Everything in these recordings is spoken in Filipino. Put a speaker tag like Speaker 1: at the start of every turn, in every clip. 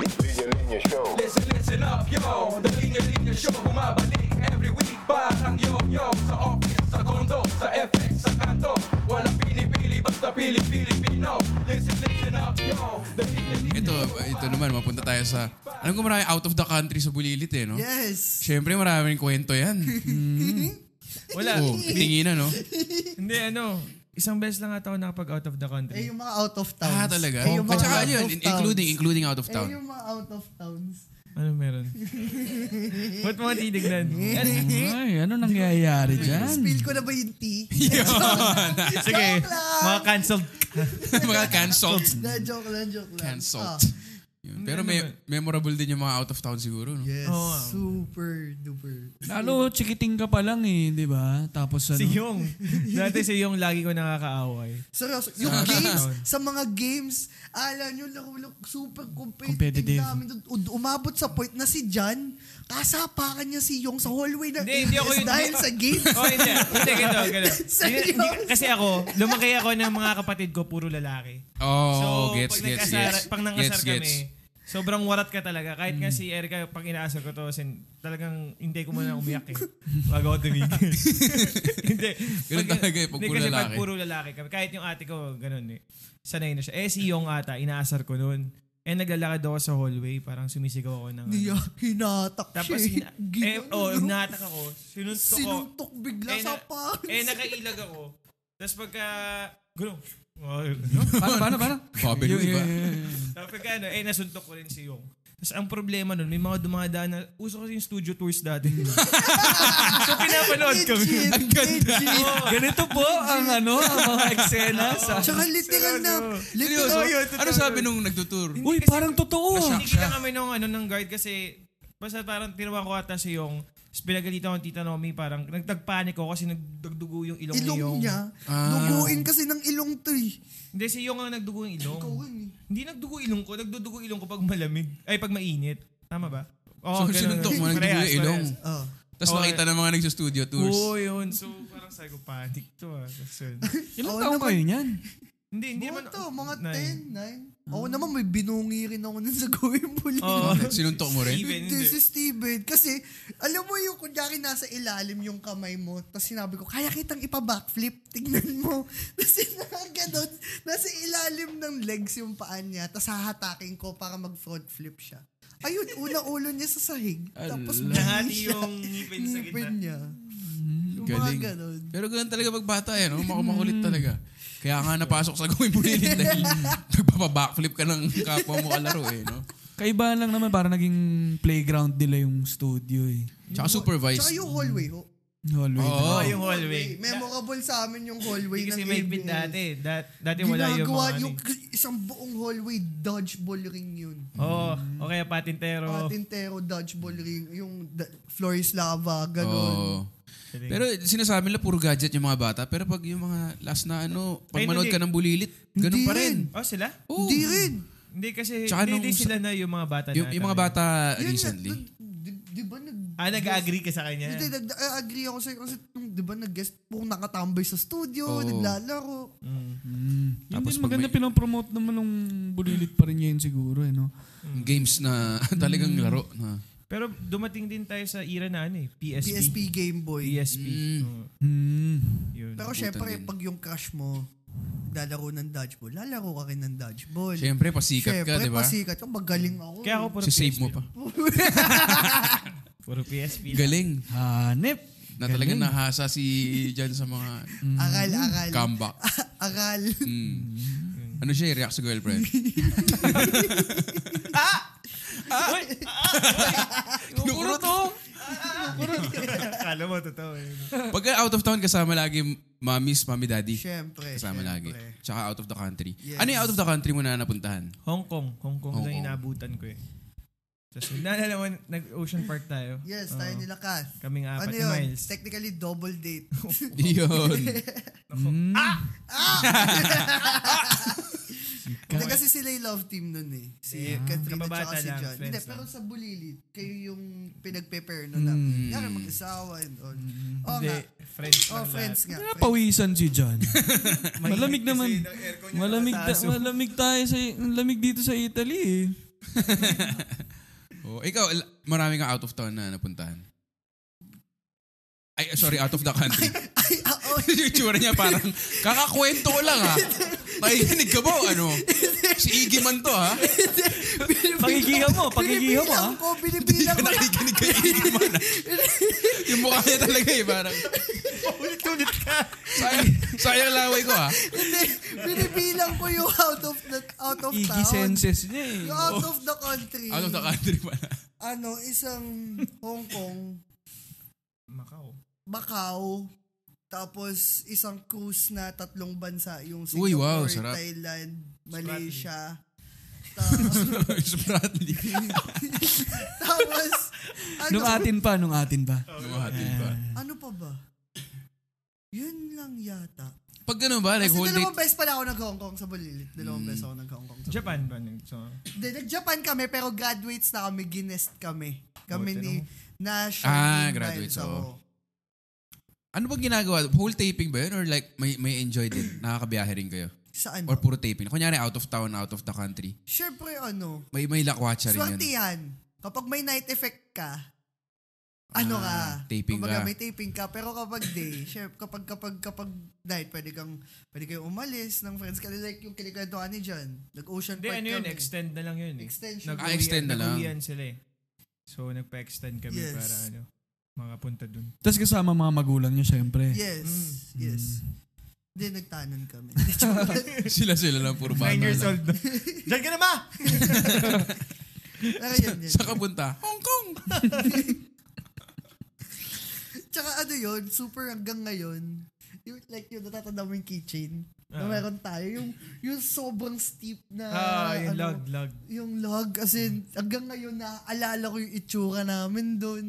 Speaker 1: Linya Show.
Speaker 2: Listen, listen up, yo The Linya-Linya Show Bumabalik every week Parang yo-yo Sa office, sa condo, sa FX, sa kanto Walang pinipili, basta pili-Pilipino Listen, listen up, yo The Linya-Linya
Speaker 3: Ito, ito naman, mapunta tayo sa... Alam ko marami out of the country sa Bulilit eh, no?
Speaker 4: Yes.
Speaker 3: Siyempre, maraming kwento yan. Hmm.
Speaker 5: Wala.
Speaker 3: Oh, tinginan, no?
Speaker 5: Hindi, ano. Isang beses lang ata ako nakapag out of the country.
Speaker 4: Eh, yung mga out of
Speaker 3: Ah,
Speaker 4: towns.
Speaker 3: talaga?
Speaker 4: Eh, yung
Speaker 3: At
Speaker 4: mga
Speaker 3: saka
Speaker 4: out
Speaker 3: yun,
Speaker 4: of
Speaker 3: in-
Speaker 4: towns.
Speaker 3: including, including out of
Speaker 4: Eh,
Speaker 3: town.
Speaker 4: yung mga out of towns.
Speaker 5: Ano meron? Ba't mo tinignan?
Speaker 6: Ay, ano nangyayari dyan?
Speaker 4: Spill ko na ba yung tea?
Speaker 3: Yun.
Speaker 5: Sige,
Speaker 4: Joke lang.
Speaker 5: mga cancelled.
Speaker 3: Mga canceled.
Speaker 4: Na, joke lang, joke lang.
Speaker 3: Canceled.
Speaker 4: Ah,
Speaker 3: Yun. Pero me- memorable din yung mga out of town siguro, no?
Speaker 4: yes,
Speaker 5: Oo.
Speaker 4: super duper.
Speaker 6: Lalo, chikiting ka pa lang eh, di ba? Tapos ano?
Speaker 5: Si Yung. Dati si Yung lagi ko nakakaaway.
Speaker 4: Seryoso, yung games, sa mga games, alam nyo, laro super competitive,
Speaker 6: Competitive.
Speaker 4: namin. doon. U- Umabot sa point na si Jan, kasapakan niya si Yong sa hallway ng
Speaker 5: Hindi, hindi ako
Speaker 4: ABS
Speaker 5: yun.
Speaker 4: dahil sa games.
Speaker 5: Oh, hindi. Hindi, ganito, ganito.
Speaker 4: Seryoso?
Speaker 5: Hindi- hindi- Kasi ako, lumaki ako ng mga kapatid ko, puro lalaki.
Speaker 3: Oh, gets,
Speaker 5: pag
Speaker 3: gets,
Speaker 5: nagkasara-
Speaker 3: gets. Mm.
Speaker 5: Pag nangasar kami, sobrang warat ka talaga. Kahit nga si Erica, pag inaasar ko to, sin, talagang hindi ko muna umiyak eh. Bago ako tumigil. hindi.
Speaker 3: Ganun talaga eh, pag
Speaker 5: hindi,
Speaker 3: puro
Speaker 5: kasi
Speaker 3: lalaki.
Speaker 5: pag puro lalaki kami. Kahit yung ate ko, ganun eh. Sanay na siya. Eh, si Yong ata, inaasar ko noon. Eh, naglalakad ako sa hallway, parang sumisigaw ako ng... ano.
Speaker 4: Niya, hinatak
Speaker 5: Tapos,
Speaker 4: siya.
Speaker 5: ina- eh, oh, natak ako. Sinuntok ko.
Speaker 4: Sinuntok bigla
Speaker 5: Eh,
Speaker 4: sa
Speaker 5: na-
Speaker 4: pants.
Speaker 5: Eh, nakailag ako. Tapos pagka... Gulong. Oh,
Speaker 6: Paano, paano, paano?
Speaker 3: Sabi nung iba.
Speaker 5: Tapos pagka ano, eh, nasuntok ko rin si Yung. Tapos ang problema nun, may mga dumadaan na, uso kasi yung studio tours dati.
Speaker 6: Hmm.
Speaker 5: so pinapanood kami.
Speaker 4: Legit, legit.
Speaker 5: Oo.
Speaker 6: Ganito po ang ano, ang mga eksena sa...
Speaker 4: Tsaka literal na, literal
Speaker 3: Seryoso?
Speaker 4: na,
Speaker 3: Ano sabi nung nagtutur?
Speaker 6: Uy,
Speaker 5: Kasi-
Speaker 6: parang totoo ah.
Speaker 5: Sinigilan kami nung, ano, ng guard kasi basta parang tinawa ko ata si Yung. Tapos pinagalitan ko ng tita Nomi, parang nagtagpanik ako kasi nagdagdugo yung ilong, ni Yung.
Speaker 4: ilong niya. Duguin kasi ng ilong to eh.
Speaker 5: Hindi, si Yung ang nagdugo yung ilong.
Speaker 4: Ikaw yun eh.
Speaker 5: Hindi nagdugo ilong ko, nagdudugo ilong ko pag malamig. Ay, pag mainit. Tama ba?
Speaker 3: So,
Speaker 5: ganun.
Speaker 3: sinuntok mo, nagdugo yung
Speaker 5: Parehas,
Speaker 3: ilong.
Speaker 5: parehas.
Speaker 4: Oh.
Speaker 3: Tapos
Speaker 5: Oh,
Speaker 3: nakita ng mga nagsustudio tours.
Speaker 5: Oo, yun. So, parang psychopathic to ah. Tapos yun.
Speaker 6: Ilang
Speaker 4: Oo
Speaker 6: taong
Speaker 4: naman.
Speaker 6: kayo niyan?
Speaker 5: Hindi, hindi
Speaker 4: Buwan
Speaker 5: naman.
Speaker 4: to, mga
Speaker 5: Nine.
Speaker 4: 10, 9. Ako naman, may binungi rin ako nun sa gawin muli.
Speaker 5: Oo.
Speaker 3: Sinuntok mo rin?
Speaker 5: Steven,
Speaker 4: Hindi si Steven. Kasi, alam mo yung kunyari nasa ilalim yung kamay mo, tapos sinabi ko, kaya kitang ipa-backflip, tignan mo. Tapos nakaganon, nasa ilalim ng legs yung paan niya, tapos hahatakin ko para mag-front flip siya. Ayun, una ulo niya sa sahig. Tapos
Speaker 6: Ala.
Speaker 5: Nahati
Speaker 4: bungi siya.
Speaker 5: yung ngipin sa
Speaker 4: Ngipin
Speaker 5: gitna. Hmm,
Speaker 4: niya. Yung mga
Speaker 3: Galing.
Speaker 4: ganon.
Speaker 3: Pero ganun talaga pag bata eh, no?
Speaker 6: Hmm.
Speaker 3: Makumakulit talaga. Kaya nga napasok sa gawin bulilit dahil nagpapabackflip ka ng kapwa mo kalaro eh, no?
Speaker 6: Kaibahan lang naman para naging playground nila yung studio eh.
Speaker 3: Tsaka supervised.
Speaker 4: Tsaka yung hallway. ho.
Speaker 6: Hallway.
Speaker 3: Oo.
Speaker 5: Oh, yung hallway.
Speaker 4: Memorable sa amin yung hallway
Speaker 5: Hindi kasi
Speaker 4: ng
Speaker 5: may
Speaker 4: ABS.
Speaker 5: bit dati. Dat, dati wala yung
Speaker 4: Ginagawa
Speaker 5: mga ano
Speaker 4: yung
Speaker 5: eh.
Speaker 4: isang buong hallway dodgeball ring yun.
Speaker 5: Oo, o kaya patintero.
Speaker 4: Patintero dodgeball ring, yung da- floor is lava, ganun.
Speaker 3: Oo. Pero sinasabi nila puro gadget yung mga bata. Pero pag yung mga last na ano, pag
Speaker 5: Ay,
Speaker 3: manood
Speaker 5: hindi.
Speaker 3: ka ng bulilit, ganun
Speaker 4: Hindi
Speaker 3: pa rin.
Speaker 5: Oh, sila?
Speaker 3: Oo.
Speaker 4: Hindi rin.
Speaker 5: Hindi kasi,
Speaker 3: Tsaka
Speaker 5: hindi,
Speaker 3: nung
Speaker 5: hindi
Speaker 3: sa-
Speaker 5: sila na yung mga bata
Speaker 3: Yung,
Speaker 5: na
Speaker 3: yung mga
Speaker 5: talaga.
Speaker 3: bata
Speaker 4: Yun nga,
Speaker 3: Ah, recently.
Speaker 4: dun- Di, di ba nag...
Speaker 5: Ah, nag-agree ka sa kanya.
Speaker 4: Hindi, nag, ah, agree ako sa'yo kasi nung, di ba nag-guest po nakatambay sa studio,
Speaker 3: Oo.
Speaker 4: naglalaro.
Speaker 5: Mm.
Speaker 6: Yun
Speaker 3: Tapos
Speaker 6: din,
Speaker 3: pag
Speaker 6: maganda
Speaker 3: may-
Speaker 6: pinopromote naman ng bulilit pa rin yun siguro eh, no?
Speaker 3: Mm.
Speaker 6: Mm.
Speaker 3: Games na talagang laro. Na.
Speaker 5: Pero dumating din tayo sa era na ano eh, PSP. PSP.
Speaker 4: PSP Game Boy.
Speaker 3: Mm.
Speaker 5: Oo,
Speaker 6: Hmm.
Speaker 5: yun.
Speaker 4: Pero
Speaker 3: Nabutan
Speaker 4: syempre,
Speaker 3: din.
Speaker 4: pag yung crush mo, lalaro ng dodgeball, lalaro ka rin ng dodgeball.
Speaker 3: Siyempre, pasikat ka,
Speaker 4: Syempre,
Speaker 3: di ba?
Speaker 4: pasikat ka, magaling ako.
Speaker 5: kaya ako puro
Speaker 3: Si-save
Speaker 5: PSP.
Speaker 3: mo pa.
Speaker 5: Puro PSP.
Speaker 3: Galing.
Speaker 6: Hanip.
Speaker 3: Na talagang nahasa si Jan sa mga
Speaker 4: Aral, aral.
Speaker 3: comeback.
Speaker 4: aral.
Speaker 3: Mm. Ano siya, eh, react sa girlfriend.
Speaker 6: Ah! Puro to.
Speaker 5: Akala mo, totoo eh.
Speaker 3: Pagka out of town, kasama lagi mommies, mommy, daddy.
Speaker 4: Siyempre.
Speaker 3: Kasama lagi. Tsaka out of the country.
Speaker 4: Yes.
Speaker 3: Ano yung out of the country mo na napuntahan?
Speaker 5: Hong Kong. Hong Kong
Speaker 3: Hong
Speaker 5: lang
Speaker 3: Kong.
Speaker 5: inaabutan ko eh. Tapos naalala mo, nag-ocean park tayo.
Speaker 4: Yes,
Speaker 5: Oo.
Speaker 4: tayo nila Kath.
Speaker 5: Kaming
Speaker 4: Ano
Speaker 5: apat Oh. ni
Speaker 4: yun?
Speaker 5: Miles.
Speaker 4: Technically, double date.
Speaker 3: Yun.
Speaker 4: Hindi kasi sila yung love team nun eh. Si Katrina
Speaker 5: Kababata
Speaker 4: tsaka si
Speaker 5: lang,
Speaker 4: John.
Speaker 5: friends
Speaker 4: Hindi,
Speaker 5: lang.
Speaker 4: pero sa Bulilit, kayo yung pinagpe-pair nun na. Kaya mag-asawa and all. Oo
Speaker 5: Hindi,
Speaker 4: nga.
Speaker 5: friends lang
Speaker 4: Oh, friends nga. friends.
Speaker 6: Napawisan si John. malamig naman.
Speaker 5: ng aircon niya
Speaker 6: Malamig, ta-
Speaker 5: nakataas.
Speaker 6: malamig tayo sa malamig dito sa Italy eh.
Speaker 3: Oh, ikaw, il- marami kang out of town na napuntahan. Ay, sorry, out of the country.
Speaker 4: Ay, ah, oh,
Speaker 3: yung tsura niya parang, kakakwento ko lang ha. Nakikinig ka ba? o Ano? Si Iggy man to ha.
Speaker 6: Pagigihan mo, pagigihan mo. ah.
Speaker 4: binibilang ko,
Speaker 3: Hindi
Speaker 4: binibilang
Speaker 3: ka
Speaker 4: ko.
Speaker 3: nakikinig kay Iggy man ha. Yung mukha niya talaga eh, parang.
Speaker 5: Ulit-ulit ka.
Speaker 3: Sayang, sayang laway ko ah. ha.
Speaker 4: Hindi, binibilang ko yung out of the out of
Speaker 6: Iggy
Speaker 4: town.
Speaker 6: senses niya eh.
Speaker 4: Yung out of the country.
Speaker 3: Out of the country pala.
Speaker 4: Ano, isang Hong Kong,
Speaker 5: Macau.
Speaker 4: Macau, tapos isang cruise na tatlong bansa, yung Singapore,
Speaker 3: Uy, wow, sarap.
Speaker 4: Thailand, Malaysia. Tapos,
Speaker 3: Spratly.
Speaker 4: tapos ano,
Speaker 6: Nung atin pa, nung atin pa.
Speaker 3: Lumahatin pa.
Speaker 4: ano pa ba? Yun lang yata.
Speaker 3: Pag ganun ba, like
Speaker 4: Kasi
Speaker 3: whole day,
Speaker 4: dalawang beses pala ako nag-Hong Kong sa Bulilit.
Speaker 3: Mm.
Speaker 4: Dalawang beses ako nag-Hong Kong sa Bulilit.
Speaker 5: Japan ba? nag- So,
Speaker 4: Hindi, nag-Japan kami pero graduates na kami, ginest kami. Kami
Speaker 5: Buti
Speaker 4: ni Nash.
Speaker 3: Ah,
Speaker 4: Dean
Speaker 3: graduates,
Speaker 4: Miles
Speaker 3: oo.
Speaker 4: ako.
Speaker 3: ano ba ginagawa? Whole taping ba yun? Or like, may, may enjoy din? Nakakabiyahe rin kayo?
Speaker 4: Saan?
Speaker 3: Or puro taping? Kunyari, out of town, out of the country.
Speaker 4: Siyempre, ano,
Speaker 3: May, may lakwatsa rin yun.
Speaker 4: swerte yan. Kapag may night effect ka, ano
Speaker 3: Ah,
Speaker 4: ka?
Speaker 3: taping
Speaker 4: Kumbaga,
Speaker 3: ka.
Speaker 4: may taping ka. Pero kapag day, syempre, kapag, kapag, kapag night, pwede kang, pwede kayong umalis ng friends ka. Like yung kinikwento ka ni John. Nag-ocean
Speaker 5: Hindi,
Speaker 4: park
Speaker 5: ano yun,
Speaker 4: kami.
Speaker 5: extend na lang yun. Eh.
Speaker 4: Extension.
Speaker 5: Nag-uwi-
Speaker 3: Ah, extend na lang.
Speaker 5: nag-uwian sila eh. So, nagpa-extend kami
Speaker 4: Yes.
Speaker 5: para ano, makapunta dun.
Speaker 6: Tapos kasama mga magulang niya syempre.
Speaker 4: Yes,
Speaker 3: Mm.
Speaker 4: yes. Hindi, nagtanan kami.
Speaker 3: sila sila lang, puro bata
Speaker 5: Nine years
Speaker 3: lang.
Speaker 5: old. na. Diyan ka na ma!
Speaker 4: Pero yun, yun.
Speaker 3: Sa kabunta, Hong Kong!
Speaker 4: Tsaka ano yun, super hanggang ngayon, yung, like yung natatanda mo yung kitchen, na
Speaker 5: Ah.
Speaker 4: meron tayo, yung, yung sobrang steep na,
Speaker 5: Ah,
Speaker 4: ano,
Speaker 5: yung log, log.
Speaker 4: yung log, as in, hanggang ngayon, naaalala ko yung itsura namin doon.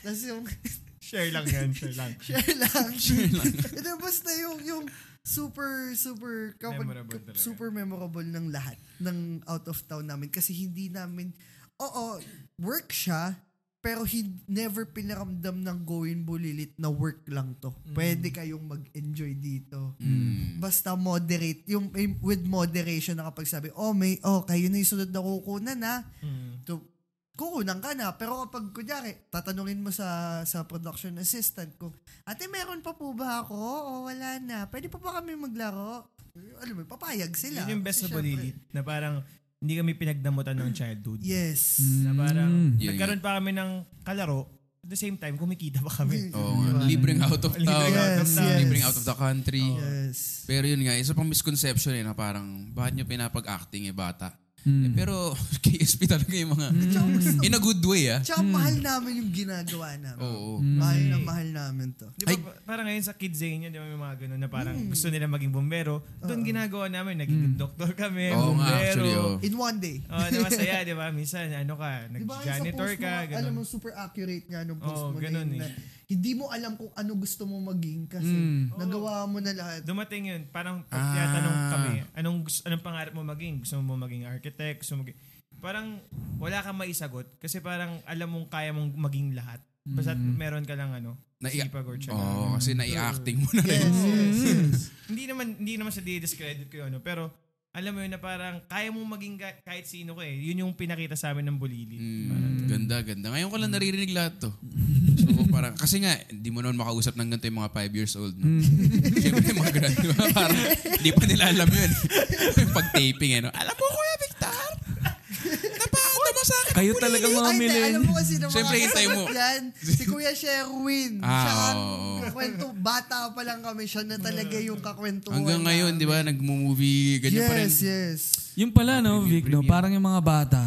Speaker 4: Tapos yung,
Speaker 5: Share lang yan, share lang.
Speaker 4: share lang.
Speaker 3: Sure lang.
Speaker 4: And then, basta yung, yung super, super, kapag,
Speaker 5: Memorable
Speaker 4: kap-
Speaker 5: talaga.
Speaker 4: super memorable ng lahat, ng out of town namin. Kasi hindi namin, oo, work siya, pero he never pinaramdam ng going bulilit na work lang to. Pwede kayong mag-enjoy dito. Basta moderate, yung, yung with moderation na kapag sabi, oh, may, oh, kayo na yung sunod na kukunan na. So, kukunan ka na. Pero kapag, kunyari, tatanungin mo sa sa production assistant kung, ate, meron pa po ba ako? O wala na. Pwede pa ba kami maglaro? Alam mo, papayag sila.
Speaker 5: Yun yung best
Speaker 4: Kasi
Speaker 5: na
Speaker 4: syempre-
Speaker 5: bulilit. Na parang hindi kami pinagdamutan ng childhood.
Speaker 4: Yes.
Speaker 5: Na parang
Speaker 6: Mm.
Speaker 3: Yun
Speaker 5: nagkaroon pa kami ng kalaro. At the same time, kumikita pa kami.
Speaker 3: Oo nga. Libreng out of town.
Speaker 5: Libreng out
Speaker 4: of Yes, town. yes.
Speaker 3: Libreng out of the country.
Speaker 4: Yes.
Speaker 3: Pero yun nga, isa pang misconception eh, na parang, bakit nyo pinapag-acting eh, bata? Eh,
Speaker 6: Hmm.
Speaker 3: pero KSP talaga yung mga,
Speaker 4: Tsaka,
Speaker 5: Hmm.
Speaker 4: gusto-
Speaker 3: in a good way ah.
Speaker 5: Mm.
Speaker 4: tsaka mahal namin yung ginagawa namin.
Speaker 3: Oo.
Speaker 5: Hmm.
Speaker 4: Mahal na mahal namin to.
Speaker 5: Di ba, pa- parang ngayon sa kids day niya, di ba may mga ganun na parang
Speaker 4: Mm.
Speaker 5: gusto nila maging bombero. Doon ginagawa namin, naging doktor kami,
Speaker 3: Oo nga,
Speaker 5: bombero.
Speaker 3: actually, oo.
Speaker 4: In one day.
Speaker 5: Oh, na masaya, di ba? Minsan, ano ka,
Speaker 4: Di ba, yung sa
Speaker 5: nag-janitor
Speaker 4: post
Speaker 5: ka,
Speaker 4: mo, alam mo,
Speaker 5: ganun.
Speaker 4: super accurate nga nung post
Speaker 5: Oo,
Speaker 4: mo na,
Speaker 5: ganun
Speaker 4: yun
Speaker 5: eh. Mm.
Speaker 4: na hindi mo alam kung ano gusto mo maging kasi nagawa mo na lahat.
Speaker 5: Dumating yun, parang pag
Speaker 3: Ah.
Speaker 5: tinatanong kami, anong, gusto, anong pangarap mo maging? Gusto mo maging architect? Gusto mo maging... Parang wala kang maisagot kasi parang alam mong kaya mong maging lahat. Basta meron ka lang ano,
Speaker 3: Nai-
Speaker 5: sipag or tiyaga.
Speaker 3: Mm. Oo, kasi nai-acting mo na lang.
Speaker 4: Yes, yes,
Speaker 5: Mm.
Speaker 4: yes.
Speaker 5: Hindi naman, hindi naman sa discredit ko yun, ano, pero alam mo yun na parang kaya mong maging ka- kahit sino ko eh. Yun yung pinakita sa amin ng Bulili.
Speaker 3: Mm, ganda, ganda. Ngayon ko
Speaker 6: Mm.
Speaker 3: lang naririnig lahat to. So parang, kasi nga, hindi mo naman makausap ng ganito yung mga 5 years old.
Speaker 6: Mm.
Speaker 3: No? Siyempre, mga grand, di ba? Parang, hindi pa nila alam yun. yung pag-taping, eh, no? Alam mo, Kuya Victor, napakanta mo sa akin.
Speaker 6: Kayo talaga mga
Speaker 4: Ay, te,
Speaker 6: milen.
Speaker 4: Alam mo kasi ng mga
Speaker 3: Siyempre, hintay mo.
Speaker 4: kasabat yan, si Kuya Sherwin.
Speaker 3: Ah,
Speaker 4: siya ang
Speaker 3: oo.
Speaker 4: kwento, bata pa lang kami. Siya na talaga
Speaker 5: Mm.
Speaker 4: yung kakwentuhan.
Speaker 3: Hanggang ngayon, di ba, nagmo-movie, ganyan
Speaker 4: yes,
Speaker 3: pa rin.
Speaker 4: yes.
Speaker 6: Yung pala no, Vic, no, parang yung mga bata,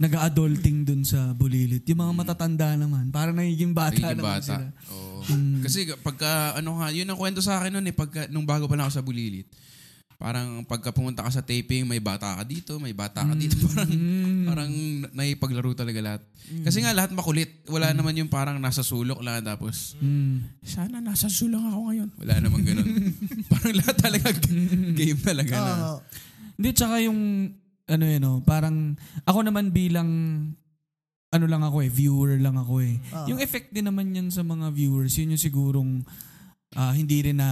Speaker 6: nag-adulting dun sa bulilit. Yung mga matatanda naman, parang nagiging bata
Speaker 3: Hmm. Nagiging
Speaker 6: naman
Speaker 3: bata.
Speaker 6: sila.
Speaker 3: Oo. Kasi pagka, ano nga, yun ang kwento sa akin noon eh, pagka, nung bago pa lang ako sa Bulilit. Parang pagka pumunta ka sa taping, may bata ka dito, may bata ka dito. Parang, parang naipaglaro talaga lahat. Kasi nga lahat makulit. Wala naman yung parang nasa sulok lang tapos, sana nasa sulok ako ngayon. Wala naman ganun. parang lahat talaga g- game talaga na.
Speaker 4: Oo.
Speaker 6: Hindi, tsaka yung, ano yun, no, parang, ako naman bilang, ano lang ako eh, viewer lang ako eh. Yung effect din naman yan sa mga viewers, yun yung sigurong, ah, hindi rin na,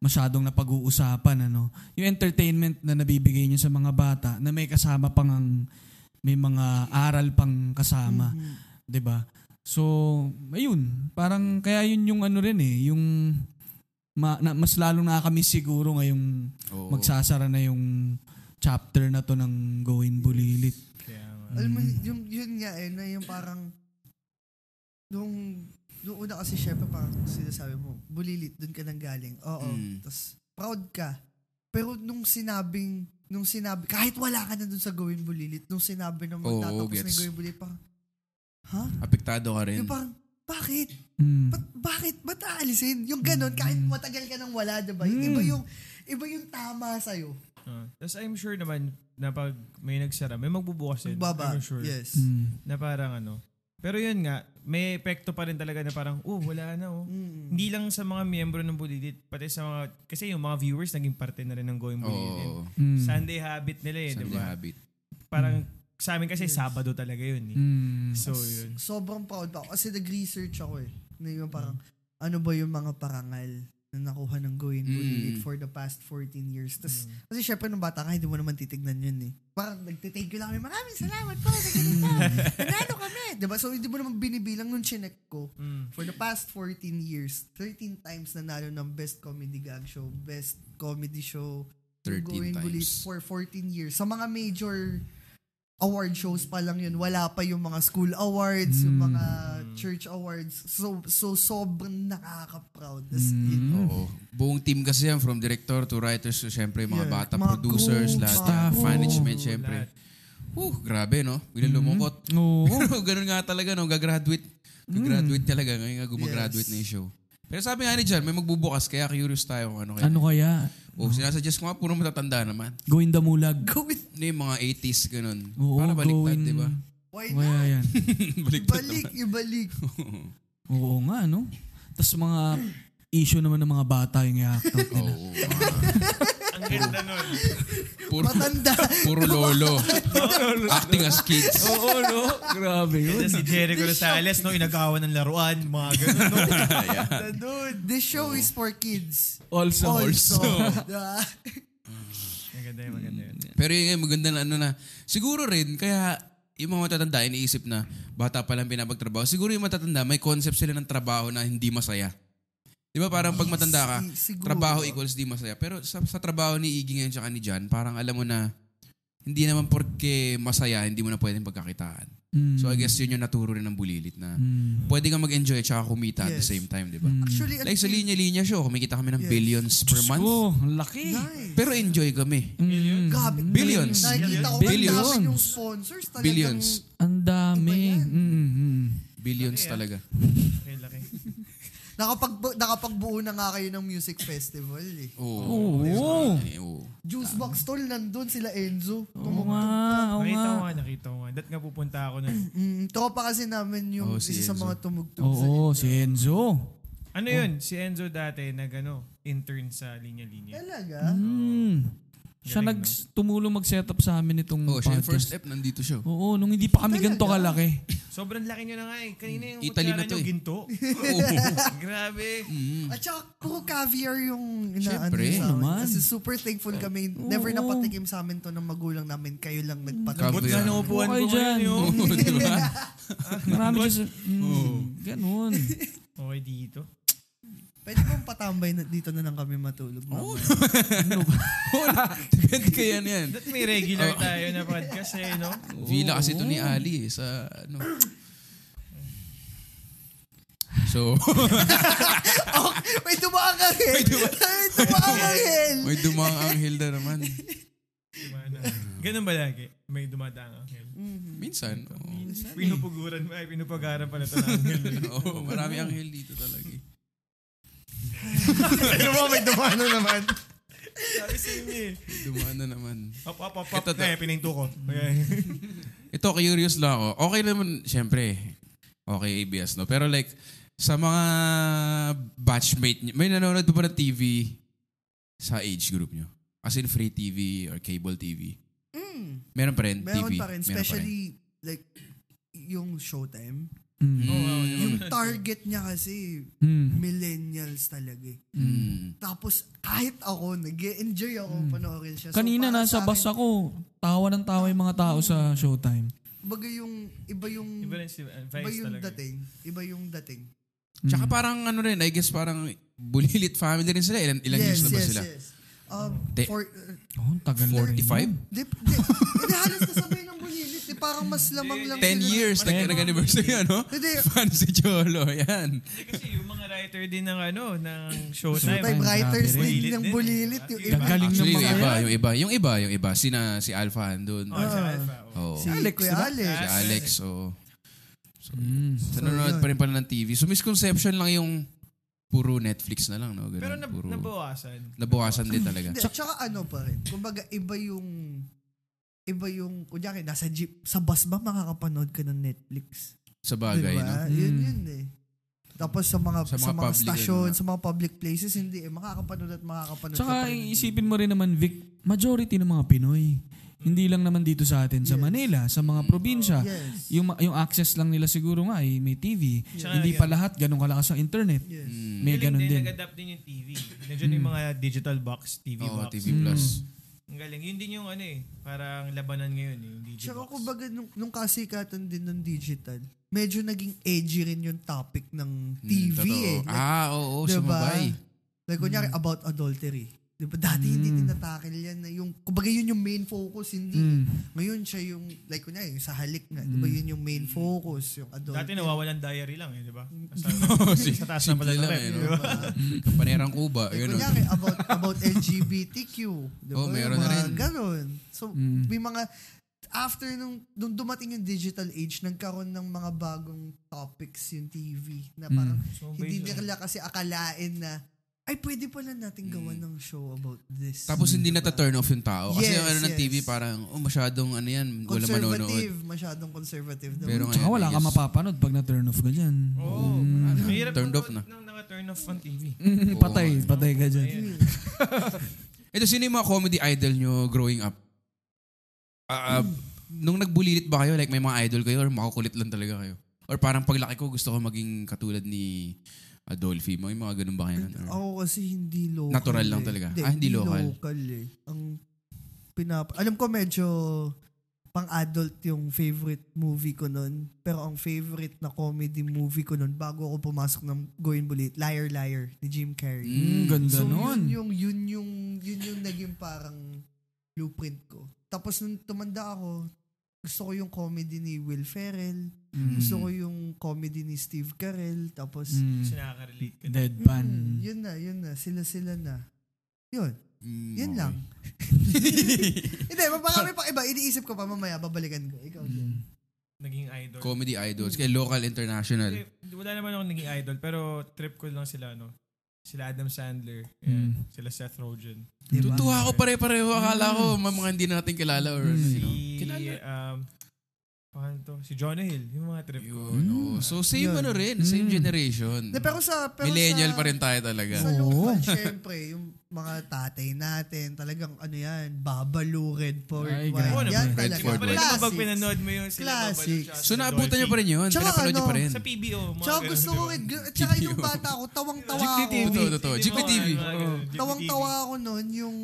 Speaker 6: masyadong napag-uusapan ano yung entertainment na nabibigay niyo sa mga bata na may kasama pang ang may mga aral pang kasama, 'di ba? So, ayun, parang kaya yun yung ano rin eh, yung ma- na- mas lalong nakakamiss siguro ngayong
Speaker 3: Oo.
Speaker 6: magsasara na yung chapter na to ng Going Bulilit.
Speaker 5: Kaya nga.
Speaker 3: Mm.
Speaker 4: Alam mo, yung, yun nga eh, na yung parang, nung, nung una kasi syempre parang sinasabi mo, bulilit, dun ka nang galing. Oo.
Speaker 3: Mm.
Speaker 4: Tapos, proud ka. Pero nung sinabing, nung sinabi, kahit wala ka na dun sa gawin bulilit, nung sinabi na
Speaker 3: Oo,
Speaker 4: magtatapos na
Speaker 3: gets.
Speaker 4: yung gawin bulilit, parang, ha?
Speaker 3: Apektado ka rin.
Speaker 4: Yung parang, bakit?
Speaker 6: Mm.
Speaker 4: Ba't, bakit? Ba't aalisin? Yung ganun, kahit
Speaker 3: Mm.
Speaker 4: matagal ka nang wala, diba? Yung Iba
Speaker 6: Mm.
Speaker 4: yung, iba yung tama sa'yo.
Speaker 5: Ah. Tapos I'm sure naman na pag may nagsara, may magbubukas din.
Speaker 4: Baba.
Speaker 5: I'm sure.
Speaker 4: Yes.
Speaker 6: Mm.
Speaker 5: Na parang ano. Pero yun nga, may epekto pa rin talaga na parang, oh, wala na oh. Hindi lang sa mga miyembro ng Bulilit, pati sa mga, kasi yung mga viewers naging parte na rin ng Going Bulilit. eh.
Speaker 3: Oo.
Speaker 6: Mm.
Speaker 5: Sunday habit nila eh, di
Speaker 3: Sunday
Speaker 5: ba?
Speaker 3: habit. Mm.
Speaker 5: Parang sa amin kasi Sabado talaga yun eh.
Speaker 6: Mm.
Speaker 5: So yun.
Speaker 4: sobrang proud pa ako kasi nag-research ako eh. Na yung parang, ano ba yung mga parangal na nakuha ng Going
Speaker 3: Mm.
Speaker 4: Bulilit for the past 14 years. Tas,
Speaker 5: Mm.
Speaker 4: Kasi syempre nung bata ka, hindi mo naman titignan yun eh. Parang nagtitank you lang kami, maraming salamat po sa ganito.
Speaker 5: Mm.
Speaker 4: Nanalo kami. Diba? So hindi mo naman binibilang nung chinek ko.
Speaker 5: Mm.
Speaker 4: For the past 14 years, 13 times nanalo ng Best Comedy Gag Show, Best Comedy Show,
Speaker 3: 13
Speaker 4: Going Bulit
Speaker 3: times.
Speaker 4: for 14 years. Sa mga major award shows pa lang yun. Wala pa yung mga school awards, yung mga
Speaker 3: Hmm.
Speaker 4: church awards. So, so sobrang nakaka-proud. As in,
Speaker 3: Oo. Mm. Buong team kasi yan, from director to writers to syempre mga
Speaker 4: Yeah.
Speaker 3: bata,
Speaker 4: Mga
Speaker 3: producers,
Speaker 4: crew,
Speaker 3: lahat
Speaker 4: mga
Speaker 3: yan.
Speaker 4: crew.
Speaker 3: Management syempre. Whew, grabe no? Bilang lumungkot.
Speaker 6: Mm-hmm. Oo. Mm.
Speaker 3: Pero ganun nga talaga no, gagraduate. Gagraduate talaga. Ngayon nga gumagraduate na yung show. Pero sabi nga ni Jan, may magbubukas kaya curious tayo kung ano kaya.
Speaker 6: ano kaya?
Speaker 3: O sinasuggest ko nga, puro matatanda naman.
Speaker 6: Going Damulag.
Speaker 4: Go with,
Speaker 3: Ano yung mga 80s ganun.
Speaker 6: Oo,
Speaker 3: Para baliktad,
Speaker 6: going-
Speaker 3: di ba?
Speaker 4: why not?
Speaker 6: Kaya yan.
Speaker 3: baliktad
Speaker 4: Ibalik, ibalik.
Speaker 6: Oo nga, no? Tapos mga issue naman ng mga bata yung i-actout nila.
Speaker 3: Oo.
Speaker 5: Ang ganda nun.
Speaker 3: Puro,
Speaker 4: Matanda.
Speaker 3: puro lolo. Acting as kids.
Speaker 6: Oo, no? Grabe yun.
Speaker 5: Ganda si Jericho Rosales, no, inagawan ng laruan, mga ganun. No?
Speaker 4: Dude, this show is for kids.
Speaker 6: Also.
Speaker 4: Also. Diba?
Speaker 5: maganda yun, maganda yun.
Speaker 3: Pero yun nga, maganda na ano na. Siguro rin, kaya yung mga matatanda, iniisip na bata pa lang pinapagtrabaho. Siguro yung matatanda, may concept sila ng trabaho na hindi masaya. Di ba parang pag matanda ka,
Speaker 4: si- siguro.
Speaker 3: trabaho equals di masaya. Pero sa, sa trabaho ni Iggy ngayon tsaka ni Jan, parang alam mo na hindi naman porke masaya, hindi mo na pwedeng pagkakitaan.
Speaker 6: Mm.
Speaker 3: So I guess yun yung naturo rin ng bulilit na
Speaker 6: Mm.
Speaker 3: pwede kang mag-enjoy at saka kumita at the
Speaker 4: Yes.
Speaker 3: same time, di ba?
Speaker 4: Actually,
Speaker 3: Hmm. Like sa linya-linya show, kumikita kami ng
Speaker 4: Yes.
Speaker 3: billions per month.
Speaker 6: Oh, ang laki.
Speaker 4: nice.
Speaker 3: Pero enjoy kami.
Speaker 6: Mm.
Speaker 4: Grabe.
Speaker 3: Billions.
Speaker 4: Nakikita ko, ang
Speaker 3: Billions.
Speaker 4: dami yung sponsors. Talagang,
Speaker 3: Billions.
Speaker 6: Ang dami.
Speaker 4: Iba yan.
Speaker 6: Mm, mm.
Speaker 3: Billions talaga.
Speaker 5: Okay, laki.
Speaker 4: Nakapagbu- nakapagbuo na nga kayo ng music festival eh.
Speaker 3: Oo.
Speaker 6: Oo. Oh.
Speaker 3: Eh, oo.
Speaker 4: Juicebox Tol, nandun sila Enzo.
Speaker 6: Oo
Speaker 4: Tumug-
Speaker 6: nga, oo
Speaker 5: Nakita
Speaker 6: nga.
Speaker 5: ko nga, nakita ko nga. Dat nga pupunta ako nun.
Speaker 4: Mm, tropa kasi namin
Speaker 3: Oh,
Speaker 4: yung
Speaker 3: si
Speaker 4: isa sa
Speaker 3: Enzo.
Speaker 4: mga tumugtog sa
Speaker 6: Oo, si Enzo.
Speaker 5: Ano
Speaker 3: Oh.
Speaker 5: yun? Si Enzo dati, nag ano, intern sa linya-linya.
Speaker 4: Talaga?
Speaker 6: Mm. Siya
Speaker 5: Galing,
Speaker 6: nag tumulong mag-set up sa amin itong
Speaker 3: Oh, siya yung first
Speaker 6: podcast.
Speaker 3: step nandito siya.
Speaker 6: Oo, nung hindi pa kami
Speaker 4: Talaga?
Speaker 6: ganito kalaki.
Speaker 5: Sobrang laki nyo na nga eh. Kanina yung
Speaker 3: Italy
Speaker 5: Italy
Speaker 3: na to eh. Mm.
Speaker 5: ginto. Grabe.
Speaker 4: At saka puro caviar yung inaano
Speaker 3: Siyempre,
Speaker 4: sa amin.
Speaker 6: naman.
Speaker 4: Kasi super thankful kami. Never napatikim sa amin to ng magulang namin. Kayo lang
Speaker 3: Grabe
Speaker 4: nagpatikim.
Speaker 5: Ba't
Speaker 3: yan.
Speaker 5: na naupuan
Speaker 6: Okay
Speaker 5: ko
Speaker 6: dyan. Mm,
Speaker 5: ngayon
Speaker 3: oh.
Speaker 5: yun?
Speaker 6: Marami siya. sa- Mm, ganun.
Speaker 5: Okay dito.
Speaker 4: Pwede bang patambay na dito na lang kami matulog? Oh.
Speaker 3: Depende kaya na yan.
Speaker 5: That may regular
Speaker 3: Oh.
Speaker 5: tayo na podcast eh, no?
Speaker 3: Villa kasi ito ni Ali eh, sa ano. So,
Speaker 4: May dumaan ka rin! May dumaan ka rin!
Speaker 3: may dumang anghel na naman.
Speaker 5: Diba na? Ganun ba lagi? May dumadaang angel.
Speaker 3: Minsan. Oo,
Speaker 5: Pinupuguran mo, ay pinupagaran pala ito ng angel.
Speaker 3: Oo, marami anghel dito talaga eh.
Speaker 5: Ano ba, may dumano naman? Sabi sa inyo eh.
Speaker 3: Dumaan na naman.
Speaker 5: Up, up, up, up.
Speaker 3: Ito to. Mm.
Speaker 5: Na eh, pininto ko. Okay.
Speaker 3: Ito, curious lang ako. Okay naman, syempre. Okay, ABS, no? Pero like, sa mga batchmate niyo, may nanonood pa ba ng TV sa age group niyo? As in free TV or cable TV? Meron pa rin
Speaker 4: Hmm. Meron
Speaker 3: TV?
Speaker 4: pa
Speaker 3: Meron pa rin.
Speaker 4: rin. Especially, like, yung showtime.
Speaker 3: Mm.
Speaker 4: Yung target niya kasi
Speaker 6: Hmm.
Speaker 4: millennials talaga eh.
Speaker 3: Mm.
Speaker 4: Tapos kahit ako, nag enjoy ako panoorin siya. So,
Speaker 6: Kanina
Speaker 4: para
Speaker 6: nasa
Speaker 4: sa
Speaker 6: bus
Speaker 4: akin,
Speaker 6: ako, tawa ng tawa yung mga tao sa showtime.
Speaker 4: Baga yung, iba yung,
Speaker 5: Iba
Speaker 4: iba,
Speaker 5: rin si uh, Vice
Speaker 4: yung
Speaker 5: talaga.
Speaker 4: dating. Iba yung dating.
Speaker 3: Tsaka parang ano rin, I guess parang bulilit family rin sila. Ilan, ilan years na ba sila?
Speaker 4: yes. Um,
Speaker 3: Te-
Speaker 4: for, uh,
Speaker 6: Oh, ang tagal na rin.
Speaker 3: 45?
Speaker 4: di, di, hindi halos kasabay ng bulilit. Eh, parang mas lamang lang
Speaker 3: 10
Speaker 4: sila.
Speaker 3: years,
Speaker 5: Ten.
Speaker 3: nag- nag-anniversary, ano?
Speaker 4: Hindi,
Speaker 3: Fan si Cholo, yan.
Speaker 5: Hindi, Kasi yung mga writer din ng ano, ng Showtime.
Speaker 4: type writers
Speaker 6: Grabe
Speaker 5: rin.
Speaker 4: din ng
Speaker 5: Bulilit
Speaker 4: bulilit.
Speaker 5: din eh.
Speaker 4: Yung iba.
Speaker 6: Gagaling ng
Speaker 3: Actually, yung
Speaker 6: mga
Speaker 3: iba,
Speaker 6: yan.
Speaker 3: yung iba, yung iba, yung iba, sina, si Alpha andun.
Speaker 5: Oh, si Alpha. oh.
Speaker 3: Oh.
Speaker 4: Ah. Si
Speaker 3: Si
Speaker 6: Alex,
Speaker 4: Kuya
Speaker 6: diba?
Speaker 4: Alex.
Speaker 3: Alex, oh. So,
Speaker 6: Mm.
Speaker 3: so, nanonood
Speaker 4: yun.
Speaker 3: pa rin pala ng TV. So, misconception lang yung puro Netflix na lang, no? Ganun,
Speaker 5: Pero na,
Speaker 3: puro,
Speaker 5: nabawasan.
Speaker 3: nabawasan din talaga.
Speaker 4: Hindi, tsaka ano pa rin. Kumbaga, iba yung iba yung, kunyari, nasa jeep, sa bus ba makakapanood ka ng Netflix?
Speaker 3: Sa bagay,
Speaker 4: diba?
Speaker 3: no?
Speaker 4: Yun
Speaker 6: Mm.
Speaker 4: yun eh. Tapos sa mga
Speaker 3: Sa mga
Speaker 4: sa, mga,
Speaker 3: public,
Speaker 4: stasyon,
Speaker 3: ano.
Speaker 4: sa mga public places, hindi eh. Makakapanood at makakapanood. ka pa
Speaker 6: Tsaka
Speaker 4: rin.
Speaker 6: isipin mo rin naman, Vic, majority ng mga Pinoy. Hindi lang naman dito sa atin, sa
Speaker 4: Yes.
Speaker 6: Manila, sa mga probinsya.
Speaker 4: Yes.
Speaker 6: Yung, ma- yung access lang nila siguro nga ay may TV.
Speaker 5: Tsaka
Speaker 6: Hindi
Speaker 5: yun.
Speaker 6: pa lahat ganun kalakas ang internet.
Speaker 4: Yes.
Speaker 3: Mm.
Speaker 6: May ganun din.
Speaker 5: Nag-adapt din yung TV. Nandiyan yung mga digital box, TV
Speaker 3: Oo,
Speaker 5: box.
Speaker 3: TV
Speaker 4: Mm.
Speaker 3: Plus.
Speaker 5: Ang galing. Yun din yung ano eh. Parang labanan ngayon eh. Yung digital
Speaker 4: Tsaka
Speaker 5: box.
Speaker 4: kumbaga, nung, nung kasikatan din ng digital, medyo naging edgy rin yung topic ng TV
Speaker 3: Hmm, Mm, totoo.
Speaker 4: eh. Like,
Speaker 3: ah, oo, sumabay.
Speaker 4: Like, kunyari, about adultery. Diba, dati hindi tinatakil yan na yung, kumbaga yun yung main focus, hindi. Ngayon siya yung, like kunyari, yung sa halik nga, diba
Speaker 3: Hmm.
Speaker 4: yun yung main focus, yung adultery.
Speaker 5: Dati nawawalan diary lang eh, di ba? Sa,
Speaker 3: Oo, si-
Speaker 5: sa taas ng
Speaker 3: simple
Speaker 5: pala ng
Speaker 3: lang
Speaker 5: rep,
Speaker 3: eh, no?
Speaker 5: di ba?
Speaker 3: Kapanerang Cuba,
Speaker 4: Like,
Speaker 3: yun.
Speaker 4: kunyari, about, about LGBTQ. Diba?
Speaker 3: Oh, meron
Speaker 4: Yung
Speaker 3: na
Speaker 4: mga
Speaker 3: rin.
Speaker 4: Ganun. So,
Speaker 6: Mm.
Speaker 4: may mga, after nung, nung dumating yung digital age, nagkaroon ng mga bagong topics yung TV
Speaker 3: Mm.
Speaker 4: na parang
Speaker 5: So,
Speaker 4: hindi
Speaker 5: based on-
Speaker 4: nila kasi akalain na, ay, pwede pala natin gawan ng show about this.
Speaker 3: Mm. Tapos hindi na turn off yung tao. Kasi
Speaker 4: Yes,
Speaker 3: yung ano ng
Speaker 4: yes.
Speaker 3: TV parang, oh, masyadong ano yan, wala manonood.
Speaker 4: conservative. Masyadong conservative. naman.
Speaker 3: Pero
Speaker 6: Tsaka
Speaker 3: ngayon,
Speaker 6: wala
Speaker 3: I
Speaker 6: ka
Speaker 3: guess,
Speaker 6: mapapanood pag na-turn off ka dyan.
Speaker 5: Oo.
Speaker 3: ano,
Speaker 5: Mahirap
Speaker 3: turned off na.
Speaker 5: manood Nang naka-turn off ang TV.
Speaker 6: Mm,
Speaker 3: Oo
Speaker 6: patay,
Speaker 3: nga.
Speaker 6: patay ka dyan.
Speaker 5: Ayun.
Speaker 3: Ito, sino yung mga comedy idol nyo growing up? Ah, ah, Nung nagbulilit ba kayo, like may mga idol kayo or makukulit lang talaga kayo? Or parang paglaki ko, gusto ko maging katulad ni ah, Adolfi. May mga ganun ba kayo? nun? Or-
Speaker 4: Ako kasi hindi local.
Speaker 3: Natural lang
Speaker 4: eh.
Speaker 3: talaga. Ah, hindi local.
Speaker 4: eh. Ang pinap... Alam ko medyo pang-adult yung favorite movie ko nun. Pero ang favorite na comedy movie ko nun bago ako pumasok ng Going Bullet, Liar Liar ni Jim Carrey.
Speaker 3: Hmm,
Speaker 6: Mm, ganda
Speaker 4: so
Speaker 6: nun.
Speaker 4: yun yung, yun yung, yun yung naging parang blueprint ko. Tapos nung tumanda ako, gusto ko yung comedy ni Will Ferrell.
Speaker 3: Hmm.
Speaker 6: Mm.
Speaker 4: Gusto ko yung comedy ni Steve Carell. Tapos,
Speaker 6: Mm.
Speaker 5: Kasi nakaka-relate ka na.
Speaker 6: Deadpan.
Speaker 4: Mm, yun na, yun na. Sila-sila na. Yun.
Speaker 3: Mm,
Speaker 4: Yun
Speaker 3: okay.
Speaker 4: lang. Hindi, baka may pa iba. Iniisip ko pa mamaya. Babalikan ko. Ikaw din.
Speaker 3: Hmm.
Speaker 5: Naging idol.
Speaker 3: Comedy idols. Kaya local, international.
Speaker 5: Eh, wala naman ako naging idol, pero trip ko lang sila, ano, sila Adam Sandler, ayan,
Speaker 6: Mm.
Speaker 5: sila Seth Rogen,
Speaker 4: Diba?
Speaker 3: Tutuwa ako pare-pareho. Akala ko may mga hindi natin kilala or
Speaker 4: Mm.
Speaker 3: ano,
Speaker 5: si,
Speaker 3: you know. Kilala.
Speaker 5: um, paano to? Si Jonah Hill, yung mga trip ko.
Speaker 3: Yun, oo. So same
Speaker 4: Mm. Yun.
Speaker 3: ano rin, same generation.
Speaker 4: Hindi, pero sa... Pero
Speaker 3: Millennial
Speaker 4: sa,
Speaker 3: pa rin tayo talaga.
Speaker 4: Sa
Speaker 6: Oo.
Speaker 4: local, syempre, yung mga tatay natin, talagang ano yan, Babalo, Redford, White.
Speaker 6: Ay, grabe.
Speaker 4: Yan
Speaker 3: Redford
Speaker 4: talaga.
Speaker 5: Pala
Speaker 3: White.
Speaker 5: naman
Speaker 4: Classics.
Speaker 5: pag pinanood mo yung sila
Speaker 4: Classics.
Speaker 5: Babalo, tsaka
Speaker 3: So
Speaker 5: si
Speaker 3: naabutan
Speaker 5: Dolphy.
Speaker 3: niyo pa rin yun?
Speaker 4: Tsaka
Speaker 3: Pinapanood niyo
Speaker 4: ano,
Speaker 3: pa rin?
Speaker 5: Sa PBO. mga
Speaker 4: Tsaka
Speaker 5: ganun,
Speaker 4: gusto
Speaker 5: di
Speaker 4: ko
Speaker 5: ba?
Speaker 4: rin, tsaka yung bata ako, tawang-tawa ako.
Speaker 3: Totoo, totoo. GPTV.
Speaker 5: Mga ganun, GPTV.
Speaker 4: Tawang-tawa ako noon yung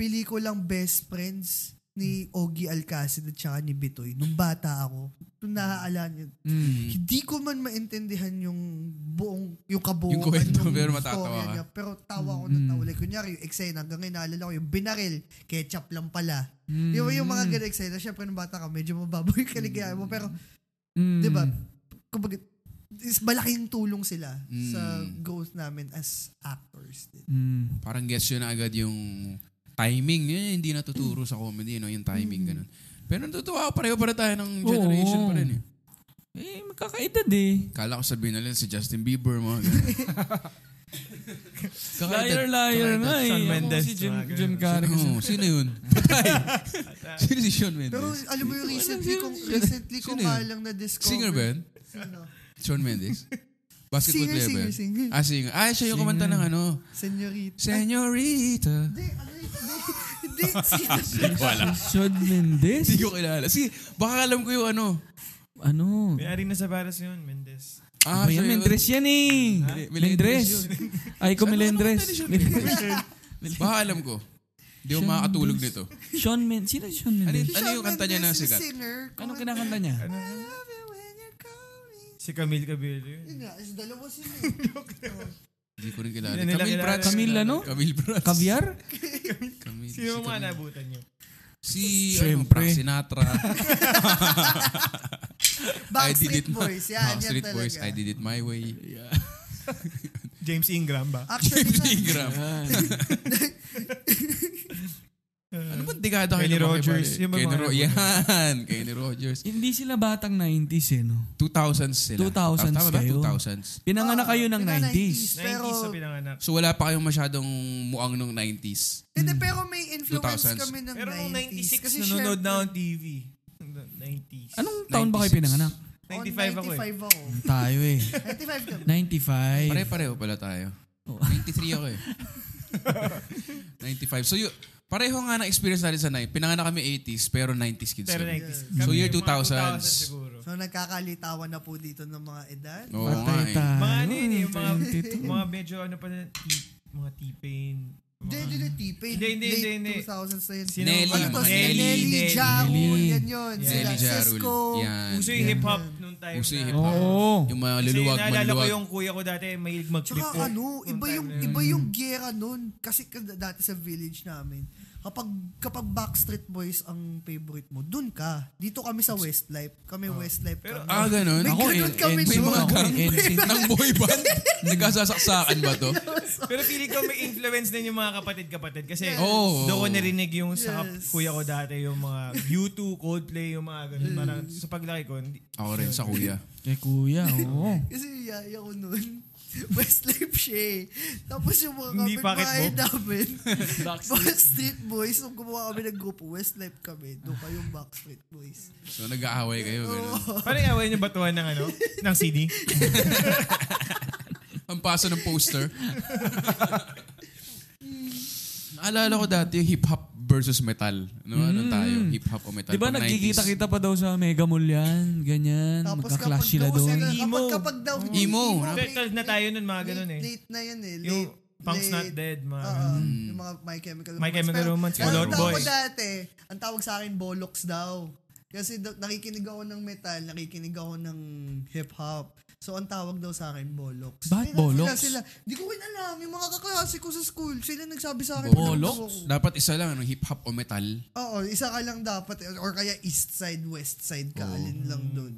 Speaker 4: pelikulang Best Friends ni Ogie Alcacid at saka ni Bitoy. Nung bata ako, nung naaalaan yun,
Speaker 6: Mm.
Speaker 4: hindi ko man maintindihan yung buong, yung kabuuan
Speaker 3: Yung kwento,
Speaker 4: ng
Speaker 3: pero matatawa
Speaker 4: storya
Speaker 3: ka. Mm.
Speaker 4: niya. Pero tawa ko ng tawa. Like, kunyari, yung eksena, hanggang ngayon naalala ko, yung binaril, ketchup lang pala.
Speaker 3: Mm.
Speaker 4: Yung, yung mga ganun eksena, syempre nung bata ka, medyo mababoy ka mo. Pero,
Speaker 6: Mm.
Speaker 4: di ba, kumbaga, is malaking tulong sila
Speaker 3: Mm.
Speaker 4: sa growth namin as actors din.
Speaker 6: Mm.
Speaker 3: Parang guess yun na agad yung timing. Yun yung hindi natuturo sa comedy, no? yung timing, ganun. Pero natutuwa ako, pareho para tayo ng generation
Speaker 6: Mm. Oo.
Speaker 3: pa rin. Eh.
Speaker 6: Eh, magkakaedad eh.
Speaker 3: Kala ko sabihin na lang si Justin Bieber, mga ganun. Kakaedad.
Speaker 6: Liar,
Speaker 3: Kakaedad.
Speaker 6: liar nga eh.
Speaker 5: Shawn
Speaker 6: Ako
Speaker 5: Mendes,
Speaker 6: Si Jim,
Speaker 5: mga ganun.
Speaker 6: Jim Carrey. kasi.
Speaker 3: Oo, sino yun? Patay. sino si Sean Mendes?
Speaker 4: Pero alam mo yung recently
Speaker 6: sino-
Speaker 4: kong recently
Speaker 3: sino
Speaker 4: kong
Speaker 3: yun?
Speaker 4: lang na discover.
Speaker 3: Singer ba yun?
Speaker 4: Sino?
Speaker 3: Sean Mendes? Basketball
Speaker 4: Singer,
Speaker 3: player ba
Speaker 4: singer,
Speaker 3: yun?
Speaker 4: singer.
Speaker 3: Ah, singer. Ah, siya yung kumanta ng ano.
Speaker 4: Senorita.
Speaker 3: Senorita.
Speaker 4: Hindi, ano yun? Hindi, hindi.
Speaker 3: Ano
Speaker 4: Sino?
Speaker 3: Wala.
Speaker 6: Si Shawn Mendes?
Speaker 3: Hindi ko kilala. Sige, baka alam ko yung ano.
Speaker 6: ano?
Speaker 5: May-ari na sa Baras yun, Mendez.
Speaker 3: Ah,
Speaker 6: Ayan,
Speaker 3: siya yun.
Speaker 6: Mendres yan eh.
Speaker 3: Mile-
Speaker 6: Mendres. Ay ko Melendres.
Speaker 3: Baka alam ko. Hindi ko makakatulog nito.
Speaker 6: Shawn Men. Sino si Shawn
Speaker 3: Ano,
Speaker 6: Mendes?
Speaker 3: ano yung kanta niya na
Speaker 4: Mendes,
Speaker 3: sikat?
Speaker 4: Singer.
Speaker 6: Anong kinakanta niya?
Speaker 5: Ano?
Speaker 4: I love you when you're calling.
Speaker 5: Si Camille Cabello yun.
Speaker 4: Yun nga, is dalawa sila. eh. Oh.
Speaker 3: Hindi ko rin kilala.
Speaker 5: Hindi nila
Speaker 3: Camille
Speaker 5: kilala.
Speaker 3: Prats.
Speaker 6: Camille ano?
Speaker 3: Camille Prats.
Speaker 6: Caviar?
Speaker 3: Camille.
Speaker 5: Sino
Speaker 3: si
Speaker 5: mga
Speaker 3: Camille.
Speaker 5: nabutan niyo?
Speaker 3: Si, ano,
Speaker 6: Siyempre.
Speaker 3: Frank Sinatra.
Speaker 4: Backstreet Boys. Yan, yan
Speaker 3: Backstreet
Speaker 4: talaga.
Speaker 3: Boys, I did it my way.
Speaker 5: James Ingram ba?
Speaker 4: Actually,
Speaker 3: James
Speaker 4: nga,
Speaker 3: Ingram. Ano ba dekada kayo
Speaker 5: Kenny
Speaker 3: lumaki,
Speaker 5: Rogers,
Speaker 3: pare?
Speaker 5: yung mga
Speaker 3: Kenny
Speaker 5: mga
Speaker 3: Ro- Yan. Kenny Rogers.
Speaker 6: Hindi sila batang 90s eh, no?
Speaker 3: 2000s sila.
Speaker 6: 2000s
Speaker 3: Tama ba?
Speaker 6: kayo.
Speaker 3: 2000s.
Speaker 6: Pinanganak
Speaker 4: Oo,
Speaker 6: kayo ng
Speaker 4: pinanganak
Speaker 6: 90s.
Speaker 5: 90s
Speaker 4: Pero-
Speaker 5: sa pinanganak.
Speaker 3: So wala pa kayong masyadong muang nung 90s.
Speaker 4: Hindi, pero may influence
Speaker 3: 2000s.
Speaker 4: kami ng
Speaker 5: Pero nung 96,
Speaker 4: 90s. Kasi
Speaker 5: nanonood
Speaker 4: syempre, oh,
Speaker 5: na ako ng TV. 90s.
Speaker 3: Ano?
Speaker 6: Anong taon ba kayo
Speaker 3: 96?
Speaker 6: pinanganak?
Speaker 4: on
Speaker 5: 95 ako eh.
Speaker 4: 95 ako.
Speaker 6: Tayo eh.
Speaker 4: 95 kami.
Speaker 6: 95.
Speaker 3: Pare-pareho pala tayo.
Speaker 6: Oo.
Speaker 3: 93 ako eh. 95. So yun, pareho nga na experience natin sa 9. Pinanganak kami 80s pero 90s kids.
Speaker 5: Pero
Speaker 3: kami.
Speaker 5: 90s.
Speaker 3: So,
Speaker 5: Kami
Speaker 3: year
Speaker 5: yung mga
Speaker 3: 2000s.
Speaker 5: siguro.
Speaker 4: So, nagkakalitawan na po dito ng mga edad.
Speaker 3: Oo nga eh.
Speaker 6: Patay tayo.
Speaker 5: Mga ano yun eh, yung mga,
Speaker 6: 92.
Speaker 5: mga medyo ano pa na, t- mga T-Pain.
Speaker 4: Hindi,
Speaker 5: mga-
Speaker 4: hindi, hindi. T-Pain.
Speaker 5: Hindi, hindi, hindi, hindi.
Speaker 4: Late 2000s na yun.
Speaker 5: Sino
Speaker 3: Nelly,
Speaker 4: Ano
Speaker 5: mga-
Speaker 4: to?
Speaker 3: Nelly,
Speaker 4: Nelly, Nelly,
Speaker 5: Nelly.
Speaker 4: Ja Rule,
Speaker 6: Nelly.
Speaker 4: yan yun. Sila,
Speaker 3: Nelly Jarul.
Speaker 4: Cisco.
Speaker 3: Yan.
Speaker 5: Uso yung hip-hop nung time
Speaker 3: Uso yung
Speaker 5: na-
Speaker 3: hip-hop.
Speaker 6: Oo.
Speaker 3: Yung mga
Speaker 5: Kasi
Speaker 3: luluwag,
Speaker 5: naalala ko
Speaker 3: maluwag.
Speaker 5: yung kuya ko dati, mahilig mag-flip.
Speaker 4: Tsaka
Speaker 5: ko.
Speaker 4: ano, iba
Speaker 5: Nung
Speaker 4: yung,
Speaker 5: time na yun.
Speaker 4: iba yung gera nun. Kasi k- dati sa village namin, kapag kapag Backstreet Boys ang favorite mo, dun ka. Dito kami sa Westlife. Kami Westlife
Speaker 5: Pero-
Speaker 4: kami.
Speaker 3: Ah, ganun.
Speaker 4: May
Speaker 6: Ako,
Speaker 4: ganun
Speaker 6: eh,
Speaker 4: kami
Speaker 6: NSYNC
Speaker 4: dun.
Speaker 6: ako, eh, NSYNC.
Speaker 3: ng boy band? Nagkasasaksakan ba to?
Speaker 5: Pero feeling ko may influence din yung mga kapatid-kapatid kasi
Speaker 3: Oo.
Speaker 5: doon ko narinig yung sa
Speaker 4: Yes.
Speaker 5: kuya ko dati yung mga U2, Coldplay, yung mga ganun.
Speaker 4: Mm.
Speaker 5: Parang sa paglaki ko, hindi,
Speaker 3: Ako rin sa kuya.
Speaker 6: Kay Eh, kuya, oo.
Speaker 4: Kasi yaya ko nun. Westlife siya eh. Tapos yung mga
Speaker 5: Hindi
Speaker 4: kapitbahay
Speaker 5: pocketbook.
Speaker 4: namin, Backstreet Boys, nung gumawa kami ng grupo, Westlife kami, doon kayong Backstreet Boys.
Speaker 3: So nag-aaway kayo. Ganun.
Speaker 5: parang away niya batuhan ng ano, ng CD.
Speaker 3: Ang paso ng poster. Naalala ko dati yung hip-hop versus metal. No, Anong tayo? Hip-hop o metal?
Speaker 6: Di ba
Speaker 3: Pag 90s.
Speaker 6: nagkikita-kita pa daw sa Mega Mall yan? Ganyan. Magka-clash sila
Speaker 4: daw
Speaker 6: doon.
Speaker 4: sila-
Speaker 5: Emo.
Speaker 4: Kapag, kapag daw,
Speaker 3: Emo, no?
Speaker 5: Turtles na tayo nun, mga
Speaker 4: late,
Speaker 5: ganun eh.
Speaker 4: late na yun eh. Late,
Speaker 5: Yung
Speaker 4: late.
Speaker 5: Punk's
Speaker 4: Ah.
Speaker 5: Not Dead, mga
Speaker 4: Oo,
Speaker 5: ganun.
Speaker 4: yung mga My Chemical Romance.
Speaker 5: My Chemical
Speaker 4: Pero,
Speaker 5: Romance,
Speaker 4: pero
Speaker 5: Fallout
Speaker 4: ang tawag
Speaker 5: Boy.
Speaker 4: ko dati, ang tawag sa akin, Bollocks daw. Kasi do- nakikinig ako ng metal, nakikinig ako ng hip-hop. So, ang tawag daw sa akin, Bollocks.
Speaker 6: Bakit
Speaker 4: Sila-
Speaker 6: Bollocks?
Speaker 4: Sila, sila. Di ko rin alam. Yung mga kaklase ko sa school, sila nagsabi sa akin.
Speaker 3: Bollocks?
Speaker 4: Bollocks?
Speaker 3: Dapat isa lang, ano, hip-hop o metal.
Speaker 4: Oo, isa ka lang dapat. eh, Or kaya east side, west side ka. Alin lang doon.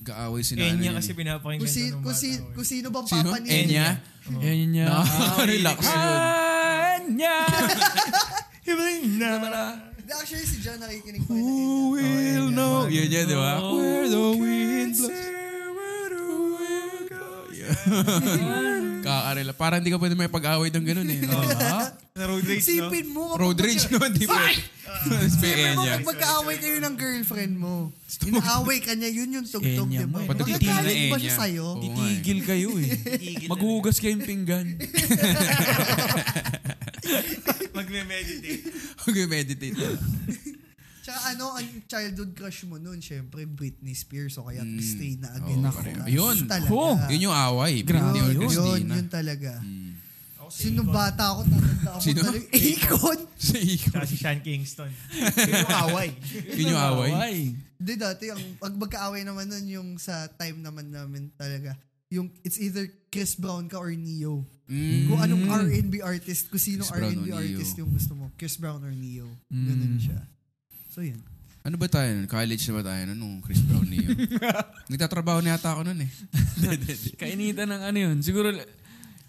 Speaker 3: Kaaway si
Speaker 5: Eh,
Speaker 3: nanay.
Speaker 5: niya kasi pinapakinggan
Speaker 4: Kung, si,
Speaker 5: ko nung
Speaker 4: kung,
Speaker 5: bata
Speaker 4: si,
Speaker 5: ko eh.
Speaker 4: kung sino bang
Speaker 3: Sino?
Speaker 4: papanin.
Speaker 3: Enya? Ah,
Speaker 6: Ganyan Oh. niya.
Speaker 3: Relax yun.
Speaker 6: Anya!
Speaker 4: Hindi, Actually, si John nakikinig pa rin ng Enya.
Speaker 3: will know? Yun yun, di ba?
Speaker 6: Oh,
Speaker 3: Where the wind blows. Kakarela. Parang di ka pwede may pag-away ng ganun eh.
Speaker 5: Sa road rage, no?
Speaker 4: Sipin mo. kapag
Speaker 3: Road rage
Speaker 4: mag-
Speaker 3: no, di ba?
Speaker 4: Sipin
Speaker 3: Sipin
Speaker 4: mo
Speaker 3: niya.
Speaker 4: pag magkaaway kayo ng girlfriend mo. Inaaway ka niya, yun yung tugtog,
Speaker 6: Enya
Speaker 4: di ba?
Speaker 6: mo eh.
Speaker 3: Pati titigil na
Speaker 4: Magagalit ba
Speaker 3: Enya.
Speaker 4: siya sa'yo?
Speaker 3: Oo nga eh.
Speaker 6: Titigil kayo eh. Maghuhugas kayong pinggan.
Speaker 5: Magme-meditate.
Speaker 3: Mag-meditate.
Speaker 4: Tsaka ano, ang childhood crush mo noon, syempre Britney Spears o kaya Christina
Speaker 3: Hmm. Oo,
Speaker 4: Aguilera.
Speaker 3: pareho.
Speaker 4: Yun
Speaker 3: Yun.
Speaker 4: talaga.
Speaker 6: Ho,
Speaker 3: Yun yung away.
Speaker 6: Grabe
Speaker 3: Britney or
Speaker 6: yun.
Speaker 4: yun, yun,
Speaker 3: Christina.
Speaker 4: yun talaga.
Speaker 5: Ako si
Speaker 4: Sino
Speaker 5: Akon.
Speaker 4: bata ako, tatanda ako
Speaker 3: Sino?
Speaker 4: talaga. Akon?
Speaker 3: Si Igor.
Speaker 5: Tsaka si Sean Kingston. Yung away.
Speaker 3: Yun yung away.
Speaker 4: Hindi dati, ang pag magkaaway naman nun yung sa time naman namin talaga. Yung, it's either Chris Brown ka or Neo.
Speaker 3: Mm.
Speaker 4: Kung anong R&B artist, kung sino
Speaker 3: Chris Brown o
Speaker 4: R&B
Speaker 3: Neo. Mm.
Speaker 4: artist yung gusto mo. Chris Brown or Neo. Ganun siya. So yun.
Speaker 3: Ano ba tayo nun? College na ba tayo nun? Nung Chris Brown niyo. Nagtatrabaho na yata ako nun eh.
Speaker 6: Kainitan ng ano yun. Siguro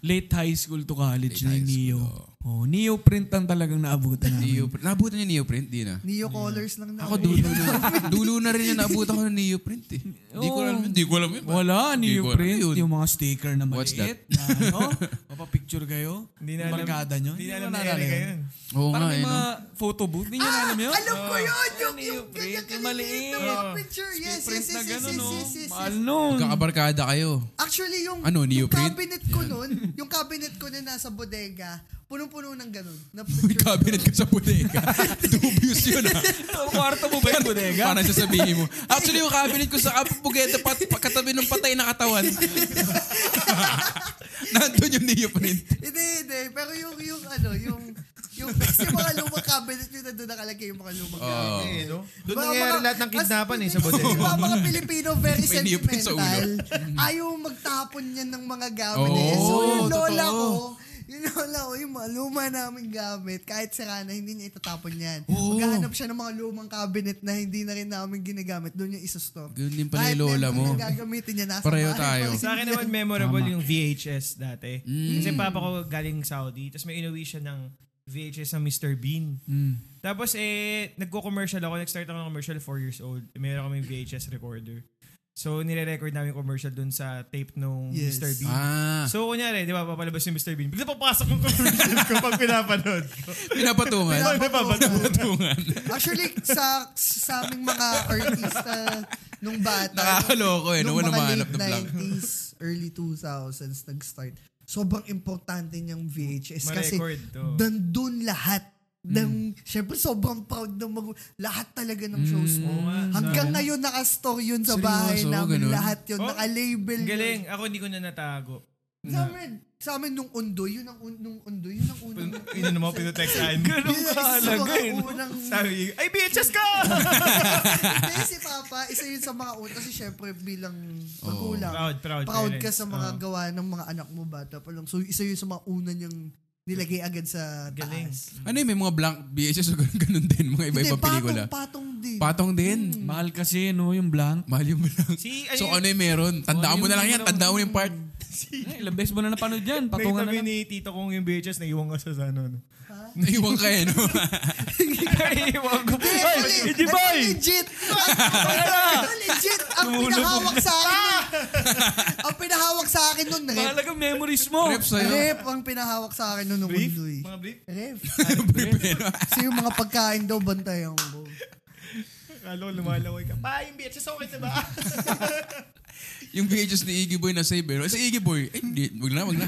Speaker 6: late high school to
Speaker 3: Late
Speaker 6: college na
Speaker 3: high
Speaker 6: yung
Speaker 3: school,
Speaker 6: Neo. Oh, Neo print ang talagang naabutan namin.
Speaker 3: Neoprint. Naabutan niyo neoprint? Di na.
Speaker 4: Neo colors lang na.
Speaker 3: Ako dulo na. dulo na rin yung naabutan ko ng neoprint eh. Di ko alam. Di ko alam yun.
Speaker 6: Wala,
Speaker 3: Di
Speaker 6: Neo
Speaker 3: ko alam
Speaker 6: print.
Speaker 3: yun.
Speaker 6: Yung mga sticker na
Speaker 3: What's
Speaker 6: maliit. Na, ano, Papapicture kayo?
Speaker 5: Hindi na
Speaker 6: Yung
Speaker 5: alam.
Speaker 6: barkada nyo?
Speaker 5: Hindi na
Speaker 6: nyo
Speaker 5: alam Ah, na
Speaker 6: naalala
Speaker 5: Erika
Speaker 6: yun?
Speaker 5: yun.
Speaker 3: Oo
Speaker 6: Parang
Speaker 3: nga eh.
Speaker 6: yung
Speaker 3: no?
Speaker 6: mga photo booth. Hindi nyo na alam yun?
Speaker 4: Ah! Alam ko yun! Yung,
Speaker 6: Ano
Speaker 4: yung,
Speaker 6: yung print,
Speaker 4: ganyan
Speaker 6: yung
Speaker 4: kaliliit na
Speaker 6: maliit. Ah.
Speaker 4: mga
Speaker 5: Oo.
Speaker 4: picture. Yes,
Speaker 6: Print
Speaker 4: yes,
Speaker 6: na
Speaker 4: yes, yes,
Speaker 6: gano'n,
Speaker 4: yes,
Speaker 6: no?
Speaker 4: yes, yes,
Speaker 6: Mahal
Speaker 4: yes.
Speaker 6: nun.
Speaker 3: Magkakabarkada kayo.
Speaker 4: Actually, yung,
Speaker 3: Ano,
Speaker 4: yung
Speaker 3: neoprene?
Speaker 4: cabinet ko nun, yung cabinet ko na nasa bodega, punong-puno ng ganun. Na
Speaker 3: May
Speaker 4: picture.
Speaker 3: cabinet ka sa bodega. Dubious yun ah.
Speaker 6: Ang kwarto mo ba yung bodega?
Speaker 3: Parang sasabihin mo. Actually, yung cabinet ko sa kapabugeta, pat, pa- katabi ng patay na katawan. Nandun yung neoprene.
Speaker 4: Hindi, hindi. Pero yung, yung ano, yung, yung, kasi mga lumang cabinet yun, nandun nakalagay yung mga lumang
Speaker 3: Ah.
Speaker 4: cabinet.
Speaker 5: Eh, no? Doon
Speaker 4: Mga-
Speaker 5: nangyayari
Speaker 4: mga-
Speaker 5: lahat ng
Speaker 4: mas-
Speaker 5: kidnapan eh sa
Speaker 4: kasi
Speaker 5: bodega.
Speaker 4: Mga mga Pilipino, very
Speaker 3: May neoprene sa ulo.
Speaker 4: sentimental. Ayaw magtapon yan ng mga gamit.
Speaker 3: Oo,
Speaker 4: eh. So, yung lola
Speaker 3: totoo.
Speaker 4: ko, yung lola ko, yung mga luma namin gamit, kahit sira na, hindi niya itatapon yan.
Speaker 3: Oo.
Speaker 4: Maghahanap siya ng mga lumang cabinet na hindi na rin namin ginagamit. Doon niya isustop.
Speaker 3: Ganun din pala
Speaker 4: Kahit
Speaker 3: yung lola mo.
Speaker 4: meron na gagamitin niya, nasa
Speaker 3: Pareho
Speaker 4: bahay
Speaker 3: tayo.
Speaker 4: pa rin
Speaker 5: Sa akin
Speaker 4: yan.
Speaker 5: naman memorable yung VHS dati.
Speaker 4: Mm.
Speaker 5: Kasi papa ko galing Saudi, tapos may inuwi siya ng VHS ng Mr. Bean.
Speaker 4: Mm.
Speaker 5: Tapos eh, nagko-commercial ako. Nag-start ako ng commercial 4 years old. Meron kami VHS recorder. So, nire-record namin yung commercial dun sa tape nung
Speaker 4: Yes.
Speaker 5: Mr. Bean.
Speaker 3: Ah,
Speaker 5: So, kunyari, di ba, papalabas yung Mr. Bean. Bigla papasok yung commercial ko pag pinapanood. ko.
Speaker 3: pinapatungan.
Speaker 5: Pag napapanood.
Speaker 3: Pinapatungan.
Speaker 4: Actually, sa, sa aming mga artista nung bata,
Speaker 3: Nakakaloko eh. No,
Speaker 4: nung
Speaker 3: wala
Speaker 4: mga
Speaker 3: mahanap
Speaker 4: late
Speaker 3: na vlog.
Speaker 4: 90s, early 2000s, nag-start. Sobrang importante niyang VHS kasi
Speaker 5: Ma-record oh. to.
Speaker 4: nandun lahat.
Speaker 3: Hmm.
Speaker 4: Ng, Siyempre, sobrang proud ng mag- lahat talaga ng shows mo.
Speaker 5: Oo nga,
Speaker 4: Hanggang
Speaker 5: sabi.
Speaker 4: ngayon, nakastore yun sa
Speaker 3: Seryoso,
Speaker 4: bahay namin.
Speaker 3: ganun?
Speaker 4: Lahat yun.
Speaker 5: Oh,
Speaker 4: Nakalabel
Speaker 5: Ang
Speaker 4: yun.
Speaker 5: Galing. Ako hindi ko na natago.
Speaker 4: Sa amin, sa amin nung undoy, yun ang un- nung undoy, yun ang unang.
Speaker 5: Ino naman ako pinutextaan.
Speaker 4: Yun
Speaker 5: Ganun eh,
Speaker 4: ang isa sa mga unang-
Speaker 5: Sabi, ay VHS ka!
Speaker 4: Hindi, si Papa, isa yun sa mga una. Kasi syempre bilang magulang,
Speaker 5: Proud, proud parents.
Speaker 4: ka sa mga
Speaker 5: Oo.
Speaker 4: gawa ng mga anak mo bata pa lang. So isa yun sa mga una niyang nilagay agad sa
Speaker 5: Galing.
Speaker 4: taas.
Speaker 3: Ano yun, may mga blank VHS o ganun, ganun din, mga
Speaker 4: Hindi,
Speaker 3: iba-ibang pelikula.
Speaker 4: patong, patong din.
Speaker 3: Patong din.
Speaker 6: Mahal kasi, no? Yung blank.
Speaker 3: Mahal yung blank.
Speaker 5: Si,
Speaker 3: So ano yung meron? Tandaan mo na lang yan. Tandaan mo yung part.
Speaker 6: Ay, ilang beses mo na napanood yan.
Speaker 5: Patungan
Speaker 6: Patungan na lang.
Speaker 5: ni tito kong yung VHS, naiwan ka sa ano. ano.
Speaker 3: Naiwan ka eh, no?
Speaker 5: Naiwan ko.
Speaker 4: Hindi,
Speaker 5: Ay,
Speaker 4: actually,
Speaker 5: hindi ba?
Speaker 4: actually legit. Ito legit. Ang pinahawak sa akin nun. ang pinahawak sa akin nun, rep.
Speaker 6: Mahalaga memories mo.
Speaker 3: Rep sa'yo.
Speaker 4: Rep ang pinahawak sa akin nun nung
Speaker 5: Brief?
Speaker 4: undoy.
Speaker 5: Mga brief?
Speaker 4: Rep.
Speaker 3: Ano Pero,
Speaker 4: Kasi yung mga pagkain daw, bantayan ko.
Speaker 5: Akala ko lumalaway ka. Pa, yung VHS okay diba? na ba?
Speaker 3: yung VHS ni Iggy Boy na save, eh. Si Iggy Boy, eh, hindi, wag na, wag na.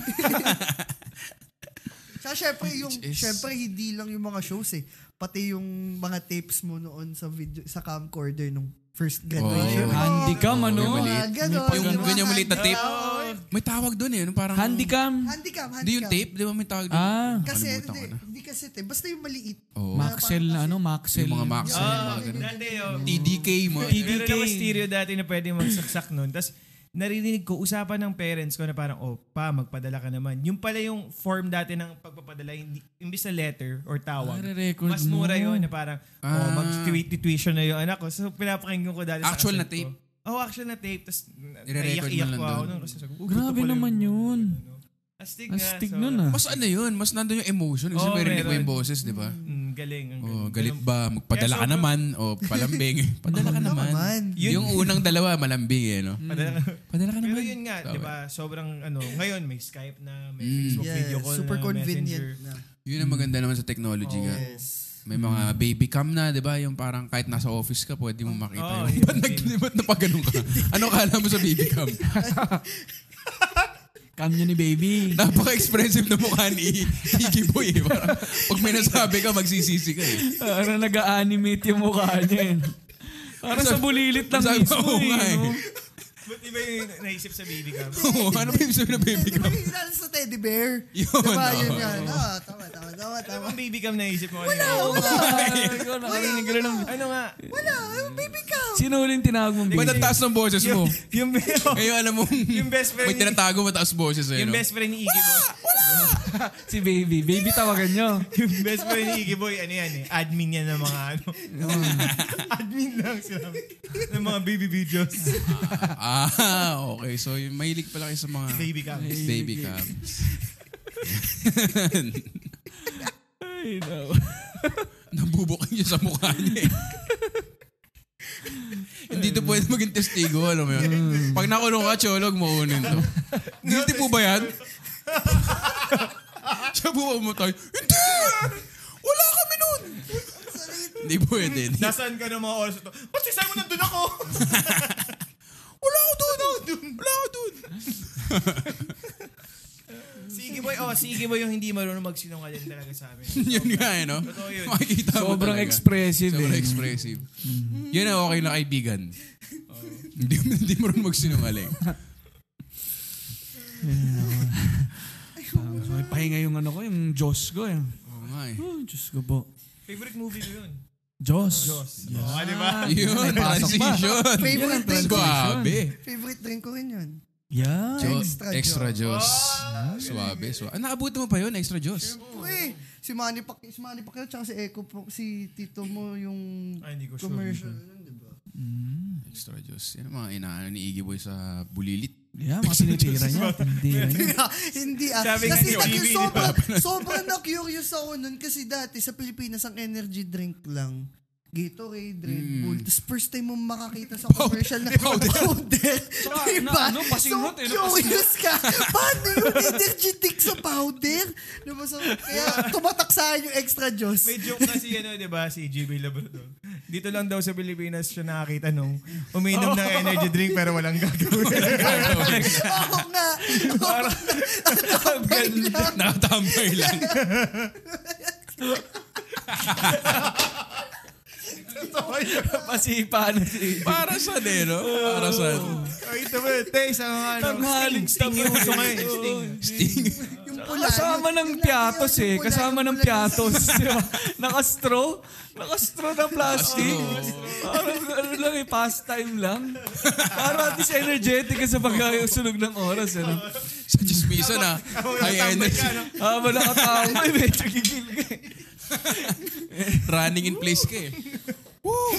Speaker 4: Sa syempre yung
Speaker 3: Which is-
Speaker 4: syempre hindi lang yung mga shows eh. Pati yung mga tapes mo noon sa video sa camcorder nung first graduation.
Speaker 3: Oh,
Speaker 6: handicam, ano?
Speaker 4: Yung mga
Speaker 3: Maliit.
Speaker 4: ganon,
Speaker 6: Yung
Speaker 4: mga
Speaker 3: ganyan maliit na
Speaker 4: hand-
Speaker 3: tape. May tawag doon eh. Ano, parang,
Speaker 6: Handicam.
Speaker 4: Handicam, handicam.
Speaker 3: Hindi yung tape, di ba may tawag doon?
Speaker 6: Ah.
Speaker 4: Kasi ano, eh,
Speaker 3: Nakalimutan ko
Speaker 4: hindi,
Speaker 3: na. Oh.
Speaker 4: hindi kasi tape. Basta yung maliit.
Speaker 3: Oo.
Speaker 6: Maxell na ano? Maxell.
Speaker 3: Yung mga Maxell,
Speaker 4: Ah,
Speaker 3: mga ganun.
Speaker 5: Dati yun.
Speaker 3: TDK, mga ganun.
Speaker 5: Meron ako stereo dati na pwede magsaksak nun. Tapos naririnig ko, usapan ng parents ko na parang, oh, pa, magpadala ka naman. Yung pala yung form dati ng pagpapadala, hindi, imbis na letter or tawag,
Speaker 6: Nare-record
Speaker 5: mas mura
Speaker 6: mo.
Speaker 5: yun na parang, oh,
Speaker 3: Ah.
Speaker 5: mag-tuition na yung anak ko. So, pinapakinggan ko dati
Speaker 3: Actual
Speaker 5: sa
Speaker 3: na
Speaker 5: cassette
Speaker 3: tape?
Speaker 5: ko. Oh, actual na tape. Tapos,
Speaker 3: Nire-record
Speaker 5: naiyak-iyak
Speaker 3: mo lang
Speaker 5: ko ako
Speaker 3: doon.
Speaker 5: nun. Kasi sabi ko, "Oh,
Speaker 6: Grabe
Speaker 5: ganito pala
Speaker 6: naman
Speaker 5: yung-
Speaker 6: yun.
Speaker 5: ano." Astig
Speaker 6: Ang
Speaker 5: na.
Speaker 6: stig
Speaker 5: so,
Speaker 6: nun ah.
Speaker 3: Mas ano yun, mas nandun yung emotion. Kasi
Speaker 5: Oo,
Speaker 3: may rinig mo
Speaker 5: Oh, meron.
Speaker 3: yung boses, di ba?
Speaker 5: Mm, galing. Ang galing.
Speaker 3: Oh, galit
Speaker 5: Ganun-
Speaker 3: ba? Magpadala ka
Speaker 5: Kaya
Speaker 3: naman.
Speaker 5: sobrang-
Speaker 3: O, palambing. Padala ka naman.
Speaker 4: naman.
Speaker 5: Yun.
Speaker 3: Yung unang dalawa, malambing eh, no?
Speaker 5: Padala ka-
Speaker 3: Padala ka
Speaker 5: Pero
Speaker 3: naman.
Speaker 5: yun nga,
Speaker 3: Tama.
Speaker 5: di ba, sobrang ano, ngayon may Skype na, may
Speaker 3: Mm.
Speaker 5: Facebook
Speaker 4: Yeah,
Speaker 5: video call
Speaker 4: super
Speaker 5: na,
Speaker 4: convenient
Speaker 5: messenger.
Speaker 4: na.
Speaker 3: Yun ang maganda naman sa technology. ka.
Speaker 4: Yes.
Speaker 3: May mga
Speaker 5: Hmm.
Speaker 3: baby cam na, di ba? Yung parang kahit nasa office ka, pwede mo
Speaker 5: Oo,
Speaker 3: makita.
Speaker 5: yun.
Speaker 3: yung ba't nag- ba't napagano'n ka? Ano kala mo sa baby cam?
Speaker 6: Cam yun ni baby.
Speaker 3: Napaka-expressive na mukha ni Iggy Boy. Eh. Parang, pag may nasabi ka, magsisisi ka eh.
Speaker 6: Parang nag-animate yung mukha niya. eh. Parang sa bulilit lang
Speaker 3: Sabi-
Speaker 6: mismo.
Speaker 3: Oo nga
Speaker 6: eh,
Speaker 3: eh.
Speaker 6: no?
Speaker 5: Ba't iba yung naisip sa baby cam?
Speaker 3: Oo, ano ba yung sabi ng baby
Speaker 4: Hindi ba
Speaker 3: cam?
Speaker 4: yung inaalis sa teddy bear?
Speaker 3: Yun,
Speaker 4: Diba, yun
Speaker 3: oo.
Speaker 4: nga. Ah, tama, tama, tama,
Speaker 5: Ano
Speaker 4: tama.
Speaker 5: bang baby cam naisip mo? Wala,
Speaker 6: Ay, ko, eh. nakarinig ko na lang.
Speaker 5: Ano nga?
Speaker 4: Wala, yung baby cow.
Speaker 6: Sino ulit tinawag mong
Speaker 3: Ba't
Speaker 6: baby?
Speaker 3: ang taas ng boses mo?
Speaker 5: Yung,
Speaker 3: Ngayon alam mo,
Speaker 5: Yung best friend
Speaker 3: may
Speaker 5: ni-
Speaker 3: tinatago mataas boses eh. no?
Speaker 5: yung best friend ni Iggy Boy.
Speaker 6: Si baby. Baby tawagan nyo.
Speaker 5: Yung best friend ni Iggy Boy, ano yan eh, admin yan ng mga ano.
Speaker 4: Mm.
Speaker 5: admin lang sila. Ng mga baby videos.
Speaker 3: Ah, okay. So, yung mahilig pala kayo sa mga
Speaker 5: baby cam.
Speaker 3: baby cam.
Speaker 6: Ay, no.
Speaker 3: Nabubukin niya sa mukha niya. eh. Hindi to pwede maging testigo, alam
Speaker 6: Mm.
Speaker 3: mo yun. Pag nakulong ka, tsolog, maunin to. Guilty po ba yan? Siya bumamatay. Hindi! Wala kami nun! Hindi pwede. Hindi.
Speaker 5: Nasaan ka ng mga oras ito? Ba't si Simon nandun ako?
Speaker 3: Wala ako dun! Wala ako dun!
Speaker 5: sige boy, oh, sige boy yung hindi marunong magsinungaling talaga sa amin.
Speaker 3: Yun nga eh, no?
Speaker 5: Totoo yun.
Speaker 3: Makikita mo
Speaker 6: Sobrang
Speaker 3: talaga.
Speaker 6: expressive
Speaker 3: Sobrang
Speaker 6: eh. Mm.
Speaker 3: expressive. Yun ang okay na kaibigan.
Speaker 6: Oh.
Speaker 3: Hindi hindi mo rin magsinungaling.
Speaker 6: Parang, so, pahinga yung ano ko, yung Diyos ko eh.
Speaker 3: Oo nga eh.
Speaker 6: Oh, Diyos ko po.
Speaker 5: Favorite movie ko yun.
Speaker 6: Diyos.
Speaker 5: Diyos. Oo, oh, di ba?
Speaker 3: Yun,
Speaker 6: pasok pa.
Speaker 3: transition.
Speaker 4: Favorite thing ko.
Speaker 3: Swabe.
Speaker 4: Favorite drink ko rin yun.
Speaker 6: Yeah.
Speaker 3: Jo-
Speaker 4: Extra
Speaker 3: Extra Diyos. Swabe. swa- Ah, naabot mo pa yun, Extra Diyos.
Speaker 4: Uy, si Manny Pacquiao, si Manny Pacquiao, tsaka si Echo, Pro- si Tito mo yung
Speaker 5: Ay, hindi ko sure.
Speaker 4: commercial. nun, di ba?
Speaker 3: Extra Diyos. Yan ang mga inaano ni Iggy Boy sa bulilit.
Speaker 6: Yeah, mga sinitira niya. Tindira niya.
Speaker 4: Hindi ah.
Speaker 5: Sabi nga
Speaker 4: kasi
Speaker 5: ni
Speaker 4: naging
Speaker 5: Olivia,
Speaker 4: sobrang, sobrang na-curious ako nun kasi dati sa Pilipinas ang energy drink lang. Gatorade, Red Bull. Tapos first time mo makakita sa commercial na powder. diba?
Speaker 6: na- ano, passing
Speaker 4: so
Speaker 6: note eh, no,
Speaker 4: curious ka. Paano yung energy drink sa powder? Diba? So, kaya tumatak sa akin yung extra Diyos.
Speaker 5: May joke na si ano, di ba, si GB Labrador. Dito lang daw sa Pilipinas siya nakakita nung
Speaker 3: Oh.
Speaker 5: uminom ng energy drink pero walang gagawin.
Speaker 4: Oo nga.
Speaker 5: Parang, ang ganda.
Speaker 3: Nakatambay lang.
Speaker 6: Pasipa na si...
Speaker 3: Para sa no? Para sa
Speaker 5: Ay, ito ba? Te, sa mga ano.
Speaker 6: Tanghali.
Speaker 5: Sting yung uso ngayon.
Speaker 3: Sting.
Speaker 5: Sting.
Speaker 4: Yung pula.
Speaker 6: Kasama
Speaker 4: yun.
Speaker 6: ng
Speaker 4: Yung
Speaker 6: piatos
Speaker 4: pula,
Speaker 6: eh.
Speaker 4: yung pula,
Speaker 6: Kasama
Speaker 4: yung
Speaker 6: ng
Speaker 4: pula.
Speaker 6: piatos. Diba? Nakastro. Nakastro na plastic. Parang ano lang eh, pastime lang. Para at least energetic ka sa pagkakasunog ng oras. Ano?
Speaker 3: Sa chismisan ah. High energy.
Speaker 6: Ah, wala ka tao. May medyo gigil ka eh.
Speaker 3: Running in place ka eh. Woo!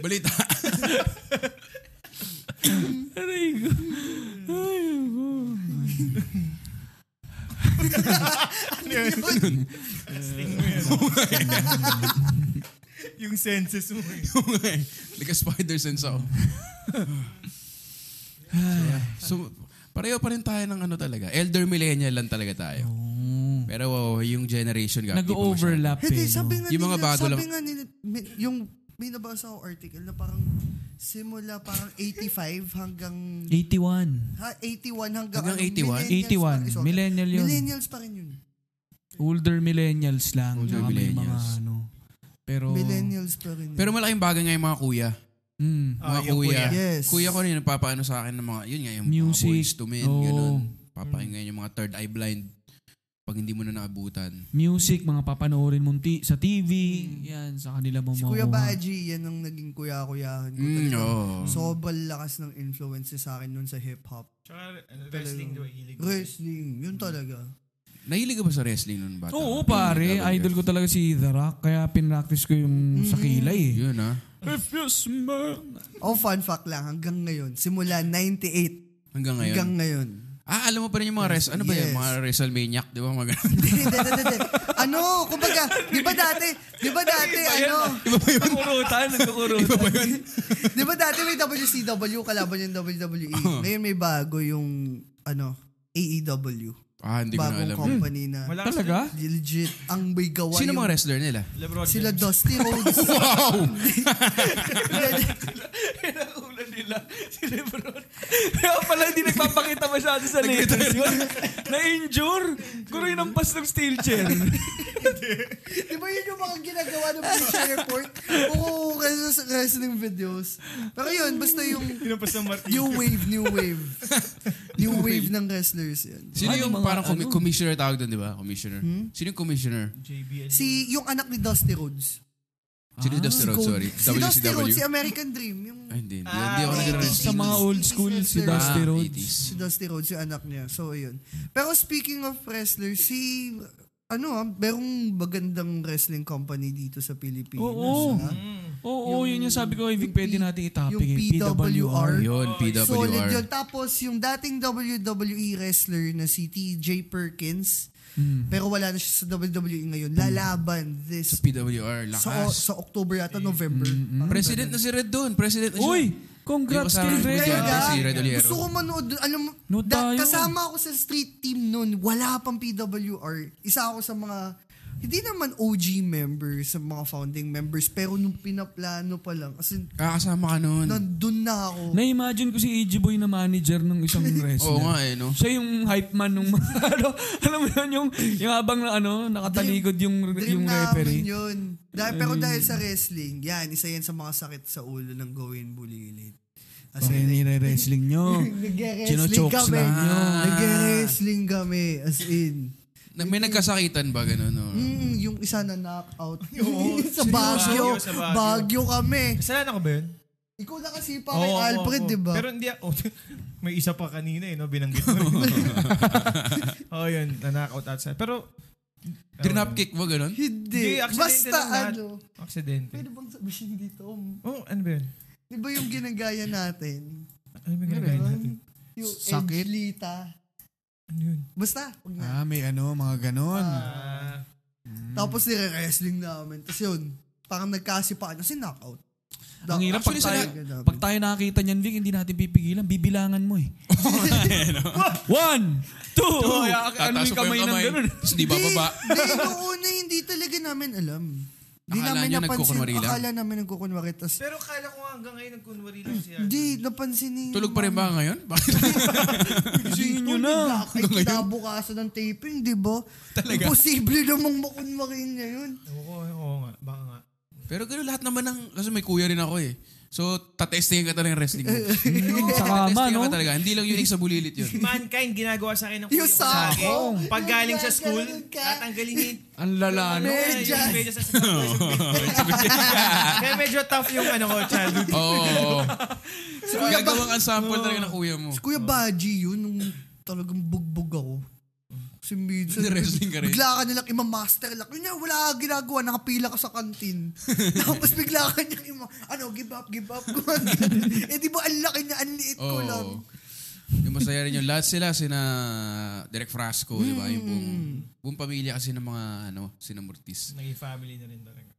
Speaker 3: Balita.
Speaker 6: Aray ko. Ay, ako.
Speaker 5: Yung senses mo eh.
Speaker 3: like a spider sense ako. So, yeah. so, pareho pa rin tayo ng ano talaga. Elder millennial lang talaga tayo. Pero wow, yung generation gap. di pa
Speaker 6: Nag-overlap eh.
Speaker 4: Hindi,
Speaker 6: no?
Speaker 4: sabi nga
Speaker 3: Yung
Speaker 4: nila,
Speaker 3: mga bago
Speaker 4: sabi
Speaker 3: lang-
Speaker 4: nga nila, may- yung may nabasa ako article na parang simula parang 85 hanggang
Speaker 6: 81.
Speaker 4: ha, 81 hanggang,
Speaker 3: Hanggang
Speaker 4: ano,
Speaker 3: 81?
Speaker 4: millennials pa-
Speaker 6: 81.
Speaker 4: sorry.
Speaker 6: Millennial yun.
Speaker 4: Millennials pa rin yun.
Speaker 6: Older millennials lang.
Speaker 3: Older
Speaker 6: Tsaka may
Speaker 3: millennials.
Speaker 6: Mga, ano, pero...
Speaker 4: Millennials pa
Speaker 3: Oh.
Speaker 4: rin yun.
Speaker 3: Pero malaking bagay nga yung mga kuya.
Speaker 6: Mm,
Speaker 3: Mga
Speaker 5: Ah, yung
Speaker 3: kuya.
Speaker 5: kuya.
Speaker 4: Yes.
Speaker 3: Kuya ko rin yung nagpapaano sa akin ng mga, yun nga, yung
Speaker 6: Music.
Speaker 3: mga boys to men,
Speaker 6: Oo.
Speaker 3: ganun. Papakinggan yung mga third eye blind pag hindi mo na naabutan.
Speaker 6: music, mga papanoorin mong ti- sa TV. Yan, sa kanila mo
Speaker 4: si Kuya Baji, yan ang naging kuya-kuyahan ko.
Speaker 3: Mm,
Speaker 4: talaga.
Speaker 3: oo.
Speaker 4: Sobrang lakas ng influence niya sa akin nun sa hip-hop.
Speaker 5: Tsaka ano, wrestling daw, hilig. ko.
Speaker 4: Wrestling, yun talaga.
Speaker 3: Nahilig ka ba sa wrestling nun bata?
Speaker 6: Oo, pare. Idol ko talaga si The Rock. Kaya pinractice ko yung sa kilay eh.
Speaker 3: Yun ah.
Speaker 6: If you smell...
Speaker 4: Oh, fun fact lang, hanggang ngayon, simula 98,
Speaker 3: Hanggang ngayon.
Speaker 4: hanggang ngayon.
Speaker 3: Ah, alam mo pa rin yung mga wrestling. Ano ba yun?
Speaker 4: Yes.
Speaker 3: Mga WrestleManiac, di ba? Mga ganun.
Speaker 4: Hindi, hindi, hindi, hindi. Ano, kumbaga, di ba dati, di ba dati, ano,
Speaker 6: Nagkukurutan, nagkukurutan.
Speaker 3: ba yun?
Speaker 4: di ba dati may WCW, kalaban yung WWE. E.
Speaker 3: Uh-huh.
Speaker 4: Ngayon may bago yung, ano, AEW.
Speaker 3: Ah, hindi ko na
Speaker 4: Bagong
Speaker 3: alam.
Speaker 4: company na
Speaker 5: Malakas
Speaker 6: Talaga?
Speaker 4: legit ang may gawa
Speaker 3: Sino
Speaker 4: yung-
Speaker 3: mga wrestler nila?
Speaker 5: na- Lebron
Speaker 4: sila Dusty Rhodes.
Speaker 6: Ulan nila si Lebron. Kaya pala hindi nagpapakita masyado sa Lakers yun. Na-injure. Kuro yun ang pas ng steel chair.
Speaker 4: di ba yun yung mga ginagawa ng Picture Airport? Oo, wrestling- wrestling videos. Pero yun, basta yung
Speaker 5: Pinampas ng Martin.
Speaker 4: new wave, new wave. New wave ng wrestlers yun.
Speaker 3: Sino
Speaker 6: Ano
Speaker 3: yung
Speaker 6: mga
Speaker 3: parang commi-
Speaker 6: ano?
Speaker 3: commissioner tawag doon, di ba? Commissioner. Sino yung commissioner?
Speaker 5: JBL.
Speaker 4: Si, yung anak ni Dusty Rhodes.
Speaker 3: Sino yung Dusty Rhodes, Oh, sorry.
Speaker 4: Si Dusty Rhodes, si
Speaker 3: WCW?
Speaker 4: American Dream. Yung
Speaker 3: Ay, hindi. Hindi hindi ako
Speaker 4: Ah,
Speaker 3: nag-wrestling.
Speaker 6: Sa mga old school si Dusty
Speaker 3: Ah,
Speaker 6: Rhodes.
Speaker 3: 80s.
Speaker 4: si Dusty Rhodes, yung anak niya. So, yun. Pero speaking of wrestler, si, ano ah, merong magandang wrestling company dito sa Pilipinas.
Speaker 6: Oo. Mm.
Speaker 4: ah.
Speaker 6: Oo, yun yung sabi ko, Vic, pwede natin itopic
Speaker 4: yung
Speaker 6: eh.
Speaker 4: PWR.
Speaker 3: Yun,
Speaker 6: Oh,
Speaker 3: PWR.
Speaker 4: Solid yun. Tapos, yung dating WWE wrestler na si TJ Perkins, pero wala na siya sa WWE ngayon, lalaban this
Speaker 3: PWR,
Speaker 4: sa,
Speaker 3: lakas.
Speaker 4: sa October yata, November. Parang
Speaker 3: President na si Red doon. President na siya.
Speaker 6: ano Uy!
Speaker 3: Yung
Speaker 6: Congrats kay
Speaker 3: kasama
Speaker 6: Red.
Speaker 3: ko dyan.
Speaker 4: Talaga?
Speaker 3: si Red Oliero.
Speaker 4: Gusto ko manood. dun. Alam mo,
Speaker 6: No,
Speaker 4: da-
Speaker 6: tayo.
Speaker 4: kasama ako sa street team noon. Wala pang PWR. Isa ako sa mga, hindi naman OG members, sa mga founding members. Pero nung pinaplano pa lang, as in,
Speaker 3: Kakasama ka nun.
Speaker 4: nandun na ako.
Speaker 6: Na-imagine ko si AJ Boy na manager ng isang wrestler.
Speaker 3: Oo nga eh, no?
Speaker 6: Siya yung hype man nung mga ano, alam mo yun, yung, yung habang na ano, nakatalikod yung,
Speaker 4: Dream
Speaker 6: yung
Speaker 4: namin
Speaker 6: referee.
Speaker 4: yun. Dahil, pero dahil sa wrestling, yan, isa yan sa mga sakit sa ulo ng gawin bulilit. As
Speaker 6: Kasi
Speaker 4: in,
Speaker 6: nire-wrestling nyo.
Speaker 4: nag-wrestling
Speaker 6: Chinochokes
Speaker 4: kami.
Speaker 6: lang nyo.
Speaker 4: Nag-wrestling kami. As in,
Speaker 3: Na- May nagkasakitan ba ganun? No?
Speaker 6: Hmm.
Speaker 4: Mm, yung isa na knockout.
Speaker 5: Oo,
Speaker 4: sa
Speaker 5: seryoso.
Speaker 4: Baguio.
Speaker 5: Sa Baguio.
Speaker 4: Baguio kami.
Speaker 5: Kasalanan ko ba yun?
Speaker 4: Ikaw na kasi pa kay
Speaker 5: Oo, oo,
Speaker 4: Alfred,
Speaker 5: oo.
Speaker 4: di ba?
Speaker 5: Pero hindi ako. may isa pa kanina eh, no? Binanggit mo rin. Oo, oh, yun. Na-knockout outside. Pero...
Speaker 3: Drinap kick ba ganun?
Speaker 4: Hindi.
Speaker 5: Hindi, aksidente
Speaker 4: Basta
Speaker 5: lang lahat.
Speaker 4: ano.
Speaker 5: Aksidente.
Speaker 4: Pwede bang sabihin dito? Um,
Speaker 5: Oh, ano ba yun?
Speaker 4: Di ba yung ginagaya natin?
Speaker 5: Ano ba yung ginagaya natin?
Speaker 4: Yung
Speaker 6: Sakit?
Speaker 4: Edgelita.
Speaker 5: Ano yun?
Speaker 4: Basta. Huwag na.
Speaker 6: Ah, may ano, mga ganon.
Speaker 5: Ah,
Speaker 4: Tapos nire-wrestling namin. Tapos yun, parang nagkasipaan. Kasi knockout.
Speaker 6: Ang hirap pag
Speaker 3: actually, sa
Speaker 6: tayo,
Speaker 3: lahat-
Speaker 4: Ganun.
Speaker 6: pag tayo nakakita niyan, Vic, hindi natin pipigilan. Bibilangan mo eh. One, two,
Speaker 3: Oh,
Speaker 6: ano
Speaker 3: Tataas
Speaker 6: yung
Speaker 3: pa
Speaker 6: kamay ng ganun?
Speaker 3: Tapos di ba
Speaker 4: Hindi,
Speaker 3: baba?
Speaker 4: Hindi, noong una, hindi talaga namin alam. Hindi
Speaker 3: Akala
Speaker 4: namin
Speaker 3: niyo
Speaker 4: napansin.
Speaker 3: nagkukunwari lang?
Speaker 4: Akala namin nagkukunwari. Tapos
Speaker 5: pero kala ko nga hanggang ngayon nagkunwari lang siya.
Speaker 4: Hindi, napansin ni...
Speaker 3: Tulog pa rin ba ngayon? Bakit?
Speaker 4: Gisingin
Speaker 6: nyo na.
Speaker 4: Ay, kinabukasan ng taping, di ba? Talaga? Imposible namang makunwarin niya yun.
Speaker 5: Oo, oo nga. Baka nga.
Speaker 3: Pero gano'n lahat naman ng... Kasi may kuya rin ako eh. So, tatestingin ka talaga ng wrestling moves.
Speaker 6: Sa
Speaker 3: Tatestingin
Speaker 6: kama, Hmm, no?
Speaker 3: ka talaga. Hindi lang yun sa bulilit yun.
Speaker 5: Mankind, ginagawa sa akin ng
Speaker 4: Yung
Speaker 5: kuya ko sa
Speaker 4: sako.
Speaker 5: akin. Pag galing sa school,
Speaker 4: Ganun ka. Ano?
Speaker 5: tatanggalin niya yung
Speaker 6: Ang lala, no?
Speaker 5: Ay,
Speaker 4: Medyas.
Speaker 5: yung medyas sa sapatos. Kaya medyo tough yung ano ko, childhood.
Speaker 3: Oo. oo.
Speaker 4: Kuya ba-
Speaker 3: Gagawang ensemble talaga ng kuya mo.
Speaker 4: Si Kuya Baji yun, nung talagang bugbog ako. Kasi minsan,
Speaker 3: Wrestling ka rin.
Speaker 4: bigla ka nilang imamaster lock. Yun yan, wala ka ginagawa, nakapila ka sa kantin. Tapos bigla ka nilang ima, ano, give up, give up. eh di ba, ang laki niya, ang liit ko
Speaker 3: Oo.
Speaker 4: lang.
Speaker 3: Yung masaya rin yun. Lahat sila, sina Derek Frasco, di ba? Yung buong,
Speaker 6: Hmm.
Speaker 3: buong pamilya kasi ng mga, ano, sina Mortis.
Speaker 5: Naging family na rin talaga.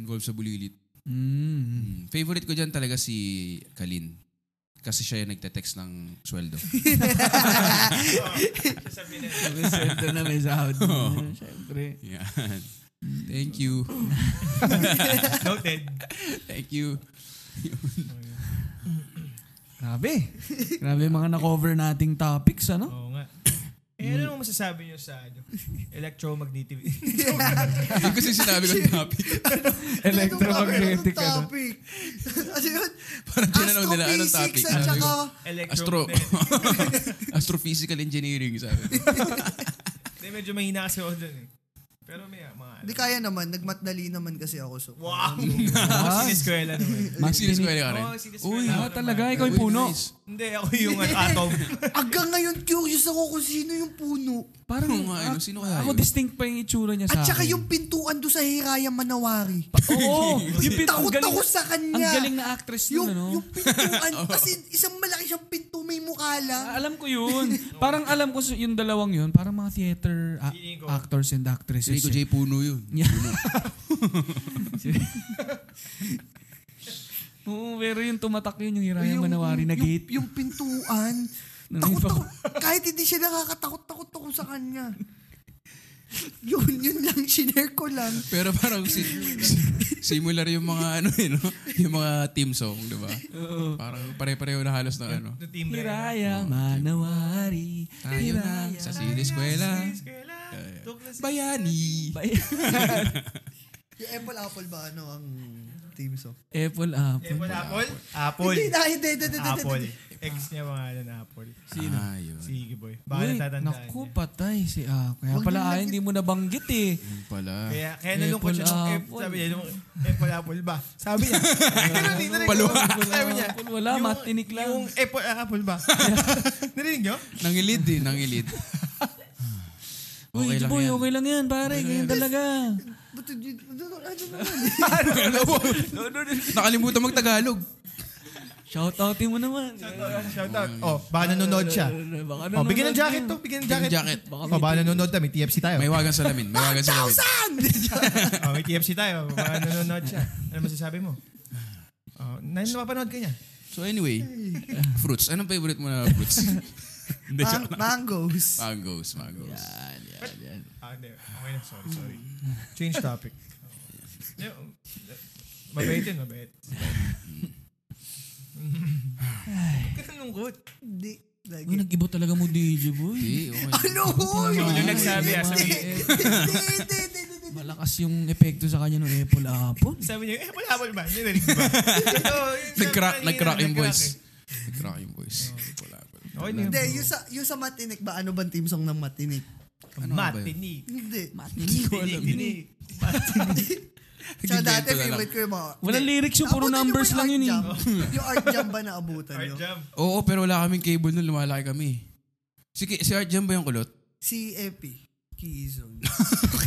Speaker 3: Involved sa bulilit.
Speaker 6: Mm.
Speaker 3: Mm. Favorite ko dyan talaga si Kalin. Kasi siya yung nagte-text ng sweldo.
Speaker 5: Sasabihin na
Speaker 6: Presento na may sahod. Siyempre.
Speaker 3: Yan. Thank you.
Speaker 5: Noted.
Speaker 3: Thank you.
Speaker 6: Grabe. Grabe yung mga na-cover nating topics, ano?
Speaker 5: Oo nga. Eh, ano naman masasabi niyo sa ano? Electromagnetic.
Speaker 3: Hindi kasi sinabi ko yung topic.
Speaker 6: Electromagnetic,
Speaker 4: Ano
Speaker 6: ano?
Speaker 4: topic? Ano yun?
Speaker 3: Parang tinanong nila, anong topic? Ano
Speaker 4: Astrophysics at
Speaker 3: Sabi ko,
Speaker 4: saka...
Speaker 3: Astro.
Speaker 5: Electromagnetic.
Speaker 3: Astrophysical engineering, sabi ko.
Speaker 5: Hindi, medyo mahina kasi ako dun eh. Pero may mga ano.
Speaker 4: Hindi kaya naman, nagmatdali naman kasi ako. So,
Speaker 5: Wow! Ako siniskwela naman.
Speaker 3: Mas sinis ko
Speaker 6: pinik-
Speaker 3: ka rin.
Speaker 5: Oo, siniskwela
Speaker 6: Uy,
Speaker 5: ako
Speaker 6: ah,
Speaker 5: naman.
Speaker 6: talaga, ikaw yung puno.
Speaker 3: nice.
Speaker 5: Hindi, ako yung ano, atom.
Speaker 4: Hanggang ngayon, curious ako kung sino yung puno.
Speaker 6: Parang,
Speaker 3: Oo nga, eh, no? Sino kaya
Speaker 6: ako
Speaker 3: yun?
Speaker 6: distinct pa yung itsura niya sa
Speaker 4: At saka
Speaker 6: akin.
Speaker 4: yung pintuan doon sa Hiraya Manawari.
Speaker 6: Oo, yung pin- ang
Speaker 4: Takot
Speaker 6: galing,
Speaker 4: ako sa
Speaker 6: Ang
Speaker 4: kanya.
Speaker 6: galing na actress
Speaker 4: Yung,
Speaker 6: nun, ano?
Speaker 4: yung pintuan, as in, isang malaki siyang pinto, may mukha
Speaker 6: Ah,
Speaker 4: lang.
Speaker 6: alam ko yun. parang alam ko su- yung dalawang yun. Parang mga theater a-
Speaker 5: Feeling ko.
Speaker 6: actors and
Speaker 3: Si
Speaker 6: actresses.
Speaker 3: Rico
Speaker 6: eh.
Speaker 3: J. Puno yun.
Speaker 6: Yeah.
Speaker 4: eh.
Speaker 6: Oo, pero yung tumatak yun, yung Hiraya
Speaker 4: Yung-
Speaker 6: Manawari na
Speaker 4: yung-
Speaker 6: gate.
Speaker 4: Yung pintuan.
Speaker 6: Nang
Speaker 4: takot
Speaker 6: iba-
Speaker 4: ako. Kahit hindi siya nakakatakot, takot ako sa kanya. yun, yun lang, shinare ko lang.
Speaker 3: Pero parang si, si- similar yung mga ano eh, no? Yung mga team song, di ba? Parang pare-pareho na halos na ano.
Speaker 5: The team na.
Speaker 6: Hiraya Manawari.
Speaker 3: Tayo na
Speaker 6: Hiraya.
Speaker 3: sa siniskwela.
Speaker 5: Siniskwela. Tuk na si-
Speaker 3: Bayani.
Speaker 4: Yung Apple Apple ba, ano, ang team song?
Speaker 6: Apple, apple.
Speaker 5: Apple, apple? Apple.
Speaker 4: Hindi na, hindi, hindi, hindi, hindi,
Speaker 5: Apple.
Speaker 4: hindi.
Speaker 5: Ex niya pangalan, Apple.
Speaker 3: Sino? Ah, yun.
Speaker 5: Sige, boy. Baka
Speaker 6: Uy,
Speaker 5: natatandaan
Speaker 6: naku,
Speaker 5: niya.
Speaker 6: patay si ah, Kaya
Speaker 4: Huwag
Speaker 6: pala
Speaker 4: niyo
Speaker 6: ah,
Speaker 4: lang-
Speaker 6: hindi mo nabanggit eh.
Speaker 3: Yun pala.
Speaker 5: Kaya, kaya nalungkot siya nung
Speaker 6: Apple,
Speaker 5: F, sabi niya, nung Apple Apple ba? Sabi niya. Ganun, hindi narinig
Speaker 3: Paluwa.
Speaker 5: ko. Sabi niya.
Speaker 6: Apple, wala,
Speaker 5: yung-
Speaker 6: matinik lang.
Speaker 5: Yung Apple ah, Apple ba? narinig niyo?
Speaker 3: Nangilid eh, nangilid.
Speaker 6: Uy,
Speaker 3: Okay lang
Speaker 6: boy,
Speaker 3: yan.
Speaker 6: okay lang yan, pare. Ganyan talaga.
Speaker 4: But, yun- ano, ano naman?
Speaker 3: Nakalimutan mag-Tagalog.
Speaker 6: Shoutoutin mo naman.
Speaker 5: Shout out. Oh, baka nanonood siya.
Speaker 6: Baka
Speaker 5: Oh, bigyan
Speaker 6: nanonood
Speaker 5: ng jacket
Speaker 6: yan.
Speaker 5: to. Bigyan ng
Speaker 3: Bigyan
Speaker 5: jacket.
Speaker 3: ng jacket.
Speaker 5: Oh, baka nanonood na. May TFC tayo.
Speaker 3: May wagang salamin. May wagang salamin.
Speaker 5: Oh, may TFC tayo. Baka nanonood siya. Ano masasabi mo? Oh, nan- napapanood ka niya.
Speaker 3: So anyway, fruits. Anong favorite mo na fruits? Hindi,
Speaker 4: Mang-
Speaker 3: joke lang.
Speaker 4: mangoes.
Speaker 3: Mangoes, mangoes.
Speaker 5: Ah, hindi. Okay na. Sorry, sorry. Change topic. No, mabait yun, mabait. Huwag ka na lungkot.
Speaker 4: Hindi. Lagi.
Speaker 6: Uy, nag-iba talaga mo, DJ Boy.
Speaker 3: Hindi, okay.
Speaker 4: Ano hoy?
Speaker 6: Yun yung
Speaker 5: nagsabi, ah, sabi-
Speaker 4: Hindi, hindi, hindi, hindi, hindi, hindi.
Speaker 6: Malakas yung epekto sa kanya ng Apple Apple.
Speaker 5: Sabi niya, eh, wala wala ba? Hindi na rin ba? Ito, yun,
Speaker 3: Nag-crack,
Speaker 5: sabi
Speaker 3: nag-crack
Speaker 5: kanina,
Speaker 3: yung voice.
Speaker 5: eh.
Speaker 3: Nag-crack yung voice. Wala. wala.
Speaker 5: Okay na
Speaker 4: Hindi,
Speaker 5: yun.
Speaker 4: yung sa, yung sa Matinik ba? Ano bang team song ng Matinik?
Speaker 3: Ano nga ba yun?
Speaker 5: Matinik.
Speaker 4: Hindi.
Speaker 5: Hindi ko alam.
Speaker 4: Tsaka
Speaker 3: Nag-invento
Speaker 4: dati
Speaker 3: na lang.
Speaker 4: favorite ko yung mga...
Speaker 6: Walang
Speaker 4: Hindi.
Speaker 6: lyrics yun, puro
Speaker 4: Naabutan niyo
Speaker 6: numbers
Speaker 4: ba
Speaker 6: lang
Speaker 4: yung
Speaker 6: yun eh.
Speaker 4: Art Jam? Yung art jam ba naabutan
Speaker 5: Art
Speaker 4: nyo?
Speaker 5: jam.
Speaker 3: Oo, pero wala kaming cable nun. Lumalaki kami. Si, Ki- si Art Jam ba yung kulot?
Speaker 4: Si Epi. E Kizon.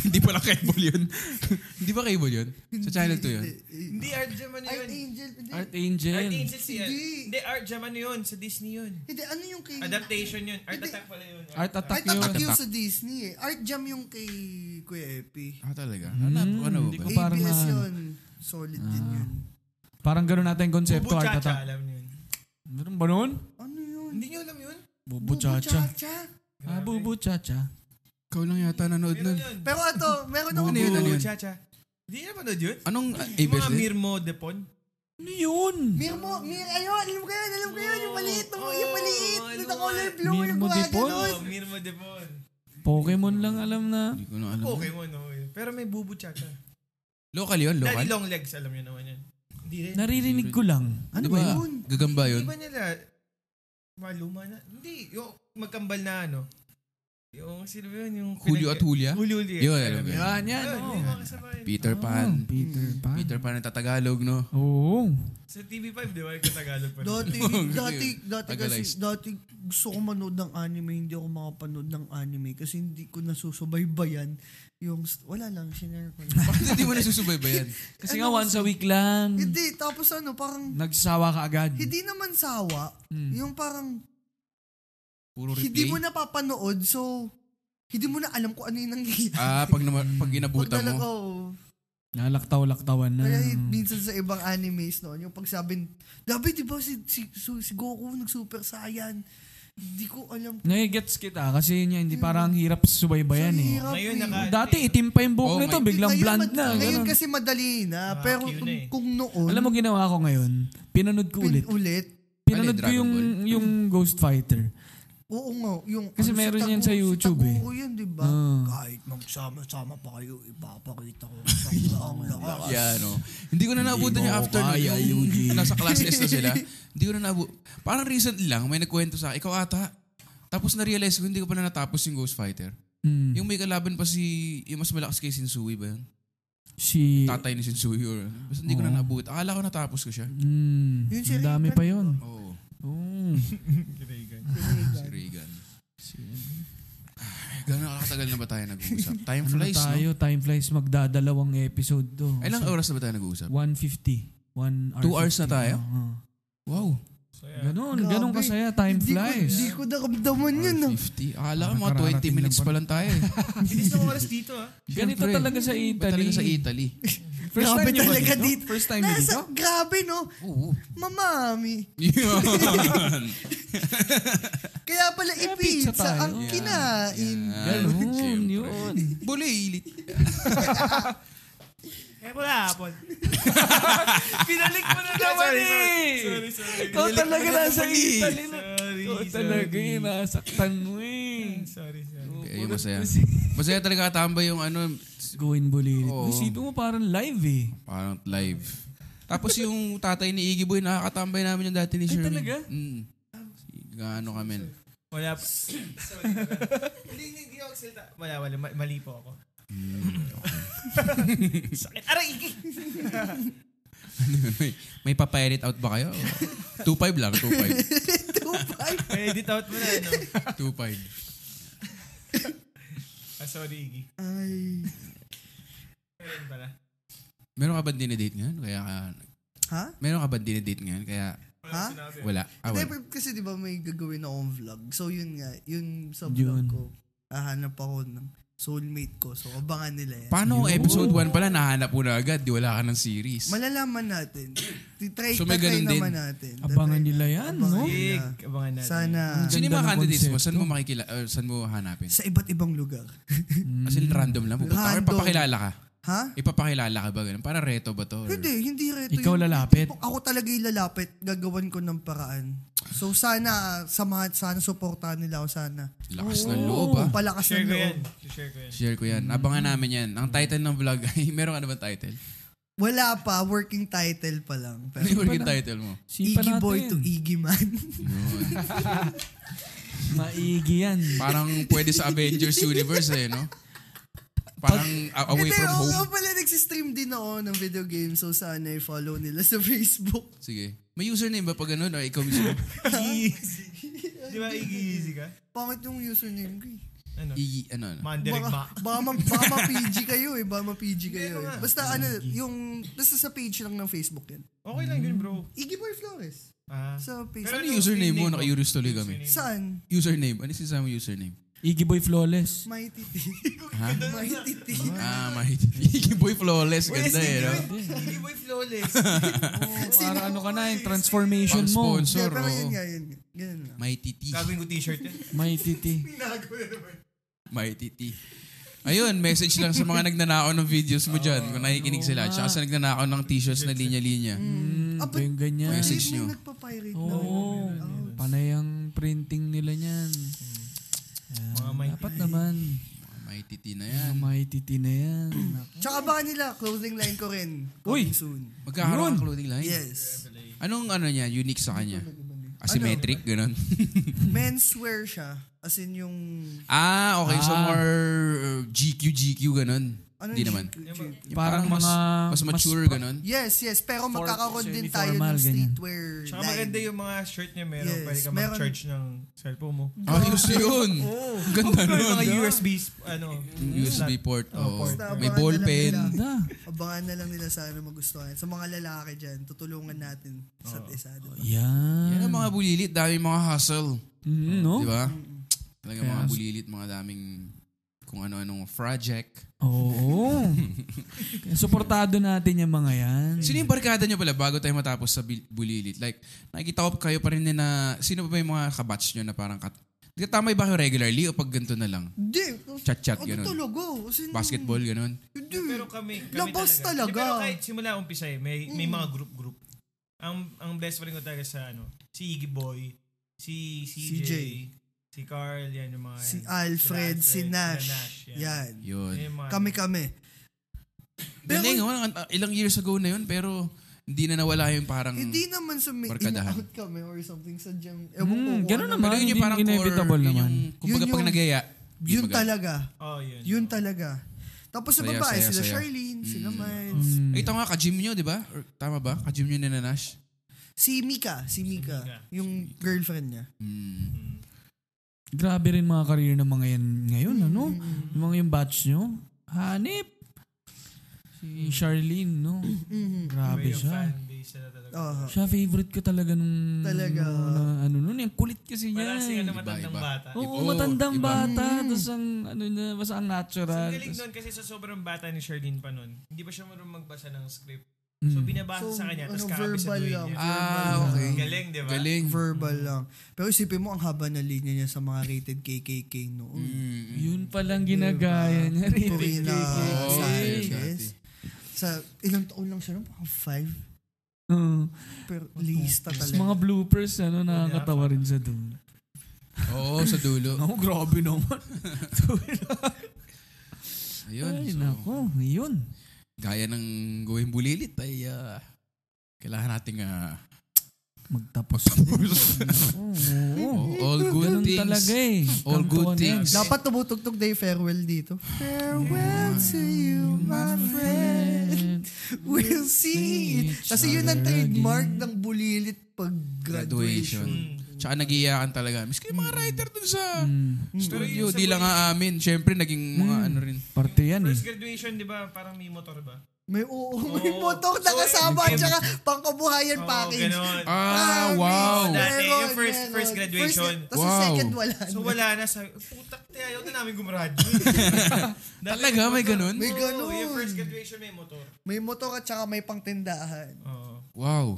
Speaker 3: Hindi pala cable yun. Hindi ba cable yun? Sa channel 2 yun?
Speaker 5: Hindi, Art Jam ano
Speaker 4: Art
Speaker 5: yun?
Speaker 4: Angel. Hindi.
Speaker 6: Art Angel.
Speaker 5: Art Angel siya.
Speaker 4: Hindi.
Speaker 5: Hindi, Art Jam ano yun? Sa Disney yun.
Speaker 4: Hindi, ano yung kay...
Speaker 5: Adaptation yun. Art
Speaker 4: Hindi.
Speaker 5: Attack pala yun.
Speaker 6: Art
Speaker 4: Art
Speaker 6: Attack yun.
Speaker 4: Attack
Speaker 3: Attack.
Speaker 4: yun sa Disney eh. Art Jam yung kay Kuya E Epi.
Speaker 3: Ah, talaga? Ano, ano
Speaker 6: hindi
Speaker 3: ba?
Speaker 6: ko- parang Ah.
Speaker 4: ABS
Speaker 6: na-
Speaker 4: yun. Solid din yun.
Speaker 6: Parang gano'n natin yung konsepto,
Speaker 5: Bubu
Speaker 6: Art
Speaker 5: Chacha,
Speaker 6: Attack.
Speaker 5: alam niyo yun.
Speaker 6: Meron ba nun?
Speaker 4: Ano yun?
Speaker 5: Hindi niyo alam yun?
Speaker 6: Bubu Chacha.
Speaker 4: Bubu-chacha.
Speaker 6: Ah, Bubu Chacha.
Speaker 3: Ikaw lang yata nanood
Speaker 5: Meron
Speaker 3: nun.
Speaker 5: yun.
Speaker 4: Pero ito, meron akong...
Speaker 3: Ano yun, ano
Speaker 5: Bubu
Speaker 3: yun?
Speaker 5: Chacha. Hindi niyo napanood yun?
Speaker 3: Anong ah,
Speaker 5: Yung
Speaker 3: ABS
Speaker 5: mga
Speaker 3: din?
Speaker 5: Mirmo Depon.
Speaker 6: Ano yun?
Speaker 4: Mir mo, Mir, ayun, alam ko yun, alam ko yun, yung maliit, yung, yung maliit,
Speaker 5: Oh,
Speaker 4: yung
Speaker 5: ano
Speaker 4: color
Speaker 5: nga.
Speaker 4: blue,
Speaker 6: Mir
Speaker 4: yung
Speaker 6: mo, Dipon?
Speaker 4: gumagano'n.
Speaker 5: Oh, Mirmo Depon.
Speaker 6: Pokemon lang alam na.
Speaker 3: Hindi ko na alam.
Speaker 5: Okay mo, no? yun. Pero may Bubu Chacha.
Speaker 3: Local yun, local?
Speaker 5: Daddy long legs, alam niyo naman yun. Hindi rin.
Speaker 6: Naririnig ko lang. Diba?
Speaker 3: Ano ba?
Speaker 4: yun?
Speaker 3: Gagamba yun?
Speaker 5: Di ba nila, maluma na, hindi, yung magkambal na ano, yung sino ba yun, yung
Speaker 3: Julio at
Speaker 5: pinag-
Speaker 3: Julia?
Speaker 5: Julio Julia.
Speaker 3: Yun, alam ko yun.
Speaker 6: Yan, oh. yan.
Speaker 5: Ayun,
Speaker 6: oo.
Speaker 5: yung mga kasabay.
Speaker 3: Peter
Speaker 6: Ah,
Speaker 3: Pan.
Speaker 6: Peter Pan.
Speaker 3: Peter Pan ng Tatagalog, no?
Speaker 6: Oo.
Speaker 5: Sa TV5, di ba, yung Tagalog pa rin.
Speaker 4: Dati,
Speaker 3: Oh,
Speaker 4: dati, dati
Speaker 3: Legalized.
Speaker 4: kasi, dati gusto ko manood ng anime, hindi ako makapanood ng anime kasi hindi ko nasusubaybayan yung, st- wala lang, sinare ko lang.
Speaker 3: Bakit hindi mo nasusubaybayan?
Speaker 6: Kasi nga once a week lang.
Speaker 4: hindi, tapos ano, parang,
Speaker 6: Ano? Nagsawa ka agad.
Speaker 4: hindi naman sawa,
Speaker 5: Hmm.
Speaker 4: yung parang,
Speaker 3: Puro replay?
Speaker 4: hindi mo napapanood, so, hindi mo na alam kung ano yung nangyayari.
Speaker 3: Ah, pag, nama- pag
Speaker 4: Pag
Speaker 3: inabutan
Speaker 4: nalang,
Speaker 3: mo.
Speaker 4: oh,
Speaker 6: Nalaktaw-laktawan na.
Speaker 4: Kaya y- minsan sa ibang animes noon, yung pagsabi, Dabi, di ba si, si, su- si Goku nag-super saiyan? Hindi ko alam.
Speaker 6: Nagigets kita kasi yun niya, hindi parang ang hirap subaybayan eh.
Speaker 4: Hirap
Speaker 5: Ngayon,
Speaker 4: eh.
Speaker 5: naka-
Speaker 6: Dati itim pa yung
Speaker 3: Oh
Speaker 6: buhok nito,
Speaker 3: my-
Speaker 6: biglang
Speaker 4: Ngayon,
Speaker 6: bland
Speaker 4: mad-
Speaker 6: na.
Speaker 4: Ngayon
Speaker 6: ganun.
Speaker 4: kasi madali na.
Speaker 5: Ah,
Speaker 4: pero
Speaker 5: cute
Speaker 4: kung,
Speaker 5: na eh.
Speaker 4: kung noon,
Speaker 6: Alam mo ginawa ko ngayon? Pinanood ko
Speaker 4: pin- Ano,
Speaker 6: ulit.
Speaker 4: ulit.
Speaker 6: Pinanood
Speaker 3: Ano
Speaker 6: ko
Speaker 3: yun,
Speaker 6: yung,
Speaker 3: Dragon
Speaker 6: yung Ghost Fighter.
Speaker 4: Oo nga. Yung, ano,
Speaker 6: Kasi meron yan sa YouTube eh.
Speaker 4: Oo yun, di ba? Kahit magsama-sama pa kayo, ipapakita ko. Ang lakas.
Speaker 3: Yeah, no. Hindi ko na naabutan yung after nun. Yung nasa classless na sila. Hindi ko na naabutan. Parang recent lang, may nagkwento sa akin. Ikaw ata. Tapos na-realize ko, hindi ko pa na natapos yung Ghost Fighter.
Speaker 6: Hmm.
Speaker 3: Yung may kalaban pa si, yung mas malakas kay Sensui ba yun?
Speaker 6: Si...
Speaker 3: Tatay ni Sensui or Basta hindi ko na naabutan. Akala ko natapos ko siya.
Speaker 6: Hmm.
Speaker 4: Yun si
Speaker 6: Ang dami
Speaker 4: Regan,
Speaker 6: pa yun.
Speaker 3: Oo.
Speaker 6: Oo.
Speaker 5: Kinaigan.
Speaker 3: Si Regan. Gano'n nakatagal na ba tayo nag-uusap? Time
Speaker 6: Ano na
Speaker 3: flies, no?
Speaker 6: tayo? Time flies. Magdadalawang episode oh. to.
Speaker 3: Ilang oras na ba tayo nag-uusap?
Speaker 6: 150. 1 hour.
Speaker 3: Two hours na
Speaker 6: 50.
Speaker 3: tayo?
Speaker 6: Oo.
Speaker 3: Wow.
Speaker 5: So, yeah.
Speaker 6: Ganun.
Speaker 4: Grabe.
Speaker 6: Ganun kasaya. Time
Speaker 4: Hindi ko-
Speaker 6: flies.
Speaker 4: Hindi ko nakamdaman yun. ah.
Speaker 3: 50. Akala ko mga
Speaker 6: Kararating
Speaker 3: 20 minutes
Speaker 6: lang
Speaker 3: pa lang tayo. eh.
Speaker 5: Bilis ng oras dito, ah.
Speaker 6: Ganito
Speaker 3: Siyempre.
Speaker 6: talaga sa
Speaker 3: Ba't
Speaker 6: Italy.
Speaker 3: talaga sa Italy.
Speaker 6: First
Speaker 4: Grabe
Speaker 6: time niyo ba
Speaker 4: talaga
Speaker 6: dito?
Speaker 4: dito.
Speaker 6: First time niyo dito?
Speaker 4: Nasa, grabe no.
Speaker 3: Oo.
Speaker 4: Mamami.
Speaker 3: Yun.
Speaker 4: Kaya pala
Speaker 6: Kaya
Speaker 4: ipizza
Speaker 6: pizza tayo.
Speaker 4: ang
Speaker 3: Yeah,
Speaker 4: kinain.
Speaker 6: Ganun. Yun.
Speaker 3: Bulilit.
Speaker 5: Eh, wala, Apple. Pinalik mo na naman,
Speaker 6: Sorry,
Speaker 5: eh.
Speaker 6: sorry,
Speaker 5: Sorry, sorry.
Speaker 6: Ikaw talaga nasa Italy na.
Speaker 5: Sorry,
Speaker 6: Ikaw
Speaker 5: sorry.
Speaker 6: talaga eh. Nasaktan mo eh.
Speaker 5: Sorry, sorry.
Speaker 3: Kaya yung masaya. Masaya talaga katambay yung ano,
Speaker 6: Going bulilit.
Speaker 3: Oo.
Speaker 6: Isipin mo parang live eh.
Speaker 3: parang live. Tapos yung tatay ni Iggy Boy, nakakatambay namin yung dati ni Sherwin.
Speaker 6: talaga?
Speaker 3: Mm. Gaano kami.
Speaker 5: Wala pa. Sorry. Hindi, hindi, hindi ako salita. Wala, wala. Ma- Mali po ako.
Speaker 3: Hmm.
Speaker 5: Sakit. Aray, iki!
Speaker 3: may, may pa-pirate out ba kayo? 2-5 lang, 2-5.
Speaker 4: Tupay.
Speaker 5: Edit out mo na, ano?
Speaker 3: 2-5.
Speaker 5: Ah, sorry, Iggy.
Speaker 4: Ay.
Speaker 5: Meron pala.
Speaker 3: Meron ka ba dinedate ngayon? Kaya ka,
Speaker 4: Ha?
Speaker 3: meron ka ba dinedate ngayon? Kaya
Speaker 4: Ha?
Speaker 3: wala. Ah,
Speaker 4: Hindi,
Speaker 3: wala.
Speaker 4: kasi di ba may gagawin akong vlog. So yun nga, yun sa vlog
Speaker 6: Yun.
Speaker 4: ko. Hahanap ako ng soulmate ko. So, abangan nila yan.
Speaker 3: Paano episode 1 pala nahanap mo na agad? Di wala ka ng series.
Speaker 4: Malalaman natin. Titry,
Speaker 3: So,
Speaker 4: so,
Speaker 3: may ganun din.
Speaker 4: naman natin.
Speaker 6: Abangan
Speaker 4: Tatry
Speaker 6: nila
Speaker 4: na-
Speaker 6: yan,
Speaker 4: abangan
Speaker 6: no?
Speaker 4: nila.
Speaker 5: Big. Abangan natin.
Speaker 4: Sana
Speaker 3: Sino yung mga
Speaker 6: Ganda ng
Speaker 3: candidates mo?
Speaker 6: konsepto.
Speaker 3: Saan mo makikila, or saan mo hanapin?
Speaker 4: sa iba't ibang lugar.
Speaker 3: As in, random lang pupunta. Or
Speaker 4: Hmm. Random.
Speaker 3: papakilala ka?
Speaker 4: ha?
Speaker 3: Ipapakilala ka ba? Ganun? Para reto ba to? Or-
Speaker 4: Hindi, hindi reto.
Speaker 6: Ikaw
Speaker 4: yun.
Speaker 6: lalapit.
Speaker 4: Kung Ako talaga yung lalapit. Gagawan ko ng paraan. So sana, ah, samahan, sana suportahan nila ako sana.
Speaker 3: Lakas ng loob ah.
Speaker 4: Palakas ng
Speaker 5: Share ko
Speaker 4: loob.
Speaker 5: yan. Share ko yan.
Speaker 3: Share ko yan. Abangan namin yan. Ang title ng vlog ay, meron ka na ba title?
Speaker 4: Wala pa, working title pa lang.
Speaker 3: Ano
Speaker 4: Pero,
Speaker 3: yung working title mo?
Speaker 6: Sipa
Speaker 4: Iggy Boy
Speaker 6: natin.
Speaker 4: to Iggy Man.
Speaker 6: Maigi yan.
Speaker 3: Parang pwede sa Avengers Universe eh, no? Parang a- away
Speaker 4: Hindi,
Speaker 3: from
Speaker 4: oo nga
Speaker 3: home.
Speaker 4: pala, nagsistream din ako ng video game. So, sana i-follow nila sa Facebook.
Speaker 3: Sige. May username ba pag ganun? Or ikaw mismo?
Speaker 5: Easy. Di ba, Iggy Easy ka?
Speaker 4: Pangit yung username ko eh.
Speaker 5: Ano?
Speaker 3: I, ano, ano?
Speaker 5: Mandirek
Speaker 4: Baka,
Speaker 5: ma.
Speaker 4: baka, ma- baka ma-PG kayo eh. Baka ma-PG kayo
Speaker 5: Hindi,
Speaker 4: eh.
Speaker 5: ano nga.
Speaker 4: Basta ano, yung, basta sa page lang ng Facebook yan.
Speaker 5: Okay lang yun, bro.
Speaker 4: Iggy Boy Flores.
Speaker 5: Ah.
Speaker 4: Sa
Speaker 5: Pero
Speaker 4: Facebook.
Speaker 3: Ano yung username mo?
Speaker 5: nickname mo?
Speaker 3: Naka-curious tuloy kami.
Speaker 4: Saan?
Speaker 3: Username. Ano yung sinasabi mo username?
Speaker 6: Iggy Boy Flawless.
Speaker 4: My titi. My titi.
Speaker 3: Ah, mahit. Iggy Boy Flawless. Ganda eh, no?
Speaker 5: Iggy Boy Flawless.
Speaker 6: Para ano ka na, yung transformation
Speaker 3: Pang
Speaker 6: mo.
Speaker 4: Yeah,
Speaker 3: sponsor,
Speaker 4: pero yun
Speaker 3: oo.
Speaker 4: nga, yun nga. Ganun lang.
Speaker 3: Mighty T.
Speaker 5: Gagawin ko t-shirt yan.
Speaker 6: May titi.
Speaker 3: Mighty T. Ayun, message lang sa mga nagnanakaw ng videos mo dyan. Kung nakikinig sila. Tsaka sa nagnanakaw ng t-shirts na linya-linya.
Speaker 6: Mm,
Speaker 4: Ah,
Speaker 6: ba yung ganyan?
Speaker 4: Pirate
Speaker 3: Message
Speaker 4: na
Speaker 3: nyo.
Speaker 4: nagpa-pirate na.
Speaker 6: Oo. Panay ang printing nila niyan.
Speaker 5: Mga
Speaker 6: Ayan,
Speaker 5: may
Speaker 6: dapat naman.
Speaker 3: Mighty T na yan.
Speaker 6: May titi na yan.
Speaker 4: Tsaka baka nila, clothing line ko rin. Coming
Speaker 6: Uy!
Speaker 4: soon.
Speaker 3: Magkakaroon ng clothing line.
Speaker 4: Yes.
Speaker 3: Anong ano niya, unique sa kanya? Asymmetric, ganun.
Speaker 4: Menswear siya. As in yung
Speaker 3: ah, okay. So
Speaker 6: Ah.
Speaker 3: more uh, GQ, GQ, ganun.
Speaker 4: Ano
Speaker 3: Hindi
Speaker 4: yung
Speaker 3: naman.
Speaker 4: G- G-
Speaker 6: Parang
Speaker 3: mas,
Speaker 6: mga-
Speaker 3: mas
Speaker 6: mas
Speaker 3: mature,
Speaker 6: pro-
Speaker 3: ganun.
Speaker 4: Yes, yes. Pero
Speaker 6: For-
Speaker 4: magkakaroon din tayo
Speaker 6: semi-formal,
Speaker 4: ng
Speaker 6: ganyan.
Speaker 4: streetwear
Speaker 5: Tsaka
Speaker 4: line.
Speaker 5: maganda yung mga shirt niya meron.
Speaker 4: Yes,
Speaker 5: Pwede ka
Speaker 4: meron.
Speaker 5: mag-charge ng cellphone mo.
Speaker 3: Ayos Ah, yun. Ang Ganda
Speaker 5: Meron
Speaker 3: nun.
Speaker 5: Oh, mga USB, sp- ano,
Speaker 3: USB port.
Speaker 5: Oh,
Speaker 3: Oh,
Speaker 5: port.
Speaker 3: May
Speaker 4: Abangan
Speaker 3: ball
Speaker 4: na lang
Speaker 3: pen.
Speaker 4: nila.
Speaker 6: Da.
Speaker 4: Abangan na lang nila sana magustuhan. Sa mga lalaki dyan, tutulungan natin sa isa. Diba?
Speaker 6: Yan.
Speaker 3: Yan ang mga bulilit, dami mga hustle.
Speaker 6: Mm, no?
Speaker 3: Di ba? Talaga mga
Speaker 6: Kaya-
Speaker 3: bulilit, mga daming kung ano-anong project.
Speaker 6: Oo. Suportado natin yung mga yan.
Speaker 3: Sino yung barkada nyo pala bago tayo matapos sa bil- bulilit? Like, nakikita ko kayo pa rin din na, sino ba yung mga kabatch nyo na parang kat... Nagtatamay ba kayo regularly o pag ganito na lang?
Speaker 4: Hindi.
Speaker 3: Chat-chat,
Speaker 4: Ako
Speaker 3: ganun.
Speaker 4: tulog, oh. As in,
Speaker 3: Basketball, ganun.
Speaker 4: Hindi.
Speaker 5: Pero kami, kami
Speaker 4: Labas talaga.
Speaker 5: Pero kahit simula umpisa eh, may, may mga group-group. Ang ang best friend ko talaga sa ano, si Iggy Boy, si CJ,
Speaker 4: CJ.
Speaker 5: si Carl, yan yung mga
Speaker 4: Si
Speaker 5: yan.
Speaker 4: Alfred, si Nash.
Speaker 5: yan.
Speaker 4: Yan.
Speaker 3: Yun.
Speaker 5: Yung mga-
Speaker 4: Kami-kami.
Speaker 3: Hmm. Galing, oh, ang- ang- ilang years ago na yun, pero hindi na nawala yung parang...
Speaker 4: Hindi naman sa may
Speaker 3: Barkadahan.
Speaker 4: in-out kami or something. Sadyang, ewan ko.
Speaker 6: Mm,
Speaker 4: kung
Speaker 6: ganun
Speaker 4: ano.
Speaker 6: naman.
Speaker 3: Pero yun yung
Speaker 6: Hindi-
Speaker 3: parang
Speaker 6: inevitable
Speaker 3: core,
Speaker 6: naman.
Speaker 3: Yun yung, kumbaga
Speaker 4: Yun
Speaker 3: pag
Speaker 4: yung-
Speaker 3: nagaya,
Speaker 4: Yun
Speaker 3: kumbaga.
Speaker 4: talaga.
Speaker 5: Oh, yun.
Speaker 4: Yun talaga. Tapos sa
Speaker 3: Saya,
Speaker 4: babae,
Speaker 3: saya,
Speaker 4: sila
Speaker 3: saya.
Speaker 4: Charlene, sila Miles.
Speaker 3: Eh, ito nga, ka-gym nyo, di ba? Or, Tama ba? Ka-gym nyo ni na Nash?
Speaker 4: Si Mika, si Mika, yung girlfriend niya.
Speaker 3: Hmm.
Speaker 6: Grabe rin mga career ng mga yan ngayon, ano? Yung mga yung batch nyo. Hanip! Si Charlene, no? Grabe
Speaker 5: Yung
Speaker 6: siya.
Speaker 5: fan base nila talaga.
Speaker 4: Oo.
Speaker 6: Siya favorite ko talaga nung...
Speaker 4: Talaga.
Speaker 6: nung na- ano nun, yung kulit kasi niya.
Speaker 5: Parang kasi ano
Speaker 6: eh.
Speaker 5: matandang
Speaker 3: iba.
Speaker 5: bata.
Speaker 6: Oo,
Speaker 3: Oo,
Speaker 6: matandang
Speaker 3: iba.
Speaker 6: bata. Tapos ang, ano na, basta ang natural.
Speaker 5: Ang galing
Speaker 6: tas-
Speaker 5: nun kasi sa sobrang bata ni Charlene pa nun, hindi pa siya marunong magbasa ng script. So binabasa
Speaker 4: So,
Speaker 5: sa kanya, tapos
Speaker 4: ano, verbal
Speaker 5: kakabisaduhin
Speaker 4: lang.
Speaker 5: niya.
Speaker 3: Hmm. Ah, okay.
Speaker 5: Galing, di ba?
Speaker 3: Galing.
Speaker 4: Verbal lang. Pero isipin mo, ang haba na linya niya sa mga rated KKK noon.
Speaker 3: Hmm. Oh,
Speaker 6: Yun palang ginagaya niya. Rated
Speaker 4: Corina
Speaker 6: KKK.
Speaker 3: Oo,
Speaker 4: Sanchez. Sa ilang taon lang siya nun? Parang five.
Speaker 6: Oo.
Speaker 4: Pero lista
Speaker 6: Tas
Speaker 4: talaga.
Speaker 6: mga bloopers, ano, nakakatawa rin sa dulo.
Speaker 3: Oo, sa dulo.
Speaker 6: Ako, grabe naman.
Speaker 3: Ayun.
Speaker 6: Ay,
Speaker 3: so,
Speaker 6: nako. Yun.
Speaker 3: gaya ng gawing bulilit ay ah, kailangan nating ah,
Speaker 6: Magtapos. Oo.
Speaker 3: Oh, all good
Speaker 6: Ganun
Speaker 3: things.
Speaker 6: talaga eh.
Speaker 3: All
Speaker 6: Come to
Speaker 3: good
Speaker 6: an
Speaker 3: things.
Speaker 6: end.
Speaker 4: Dapat tumutugtog na yung farewell dito. Farewell to you, my friend. We'll see it. Kasi yun ang trademark ng bulilit pag
Speaker 3: Graduation.
Speaker 4: graduation.
Speaker 3: Tsaka nagiiyakan talaga. Miski yung mga
Speaker 6: Hmm.
Speaker 3: writer dun sa studio,
Speaker 5: Pero yung
Speaker 3: di
Speaker 5: sa
Speaker 6: Hmm.
Speaker 3: lang nga amin. Siyempre, naging mga ano rin.
Speaker 6: Parte yan eh.
Speaker 5: First graduation, di ba, parang may motor ba?
Speaker 4: May oo, may
Speaker 5: Oo.
Speaker 4: botok na
Speaker 5: Oo,
Speaker 4: kasama
Speaker 5: eh.
Speaker 4: at saka pangkabuhayan
Speaker 5: Oo,
Speaker 4: package.
Speaker 5: ganun.
Speaker 3: Ah,
Speaker 4: may-
Speaker 3: wow.
Speaker 5: Dati, yung first- first graduation.
Speaker 4: First, tapos yung
Speaker 3: Wow.
Speaker 4: second wala na.
Speaker 5: So wala na. Sabi, putak te, ayaw na namin gumradyo.
Speaker 3: Talaga? May ganun?
Speaker 4: May ganun.
Speaker 5: Yung first graduation may motor.
Speaker 4: May motor at saka may pangtindahan.
Speaker 5: Oo.
Speaker 3: Wow.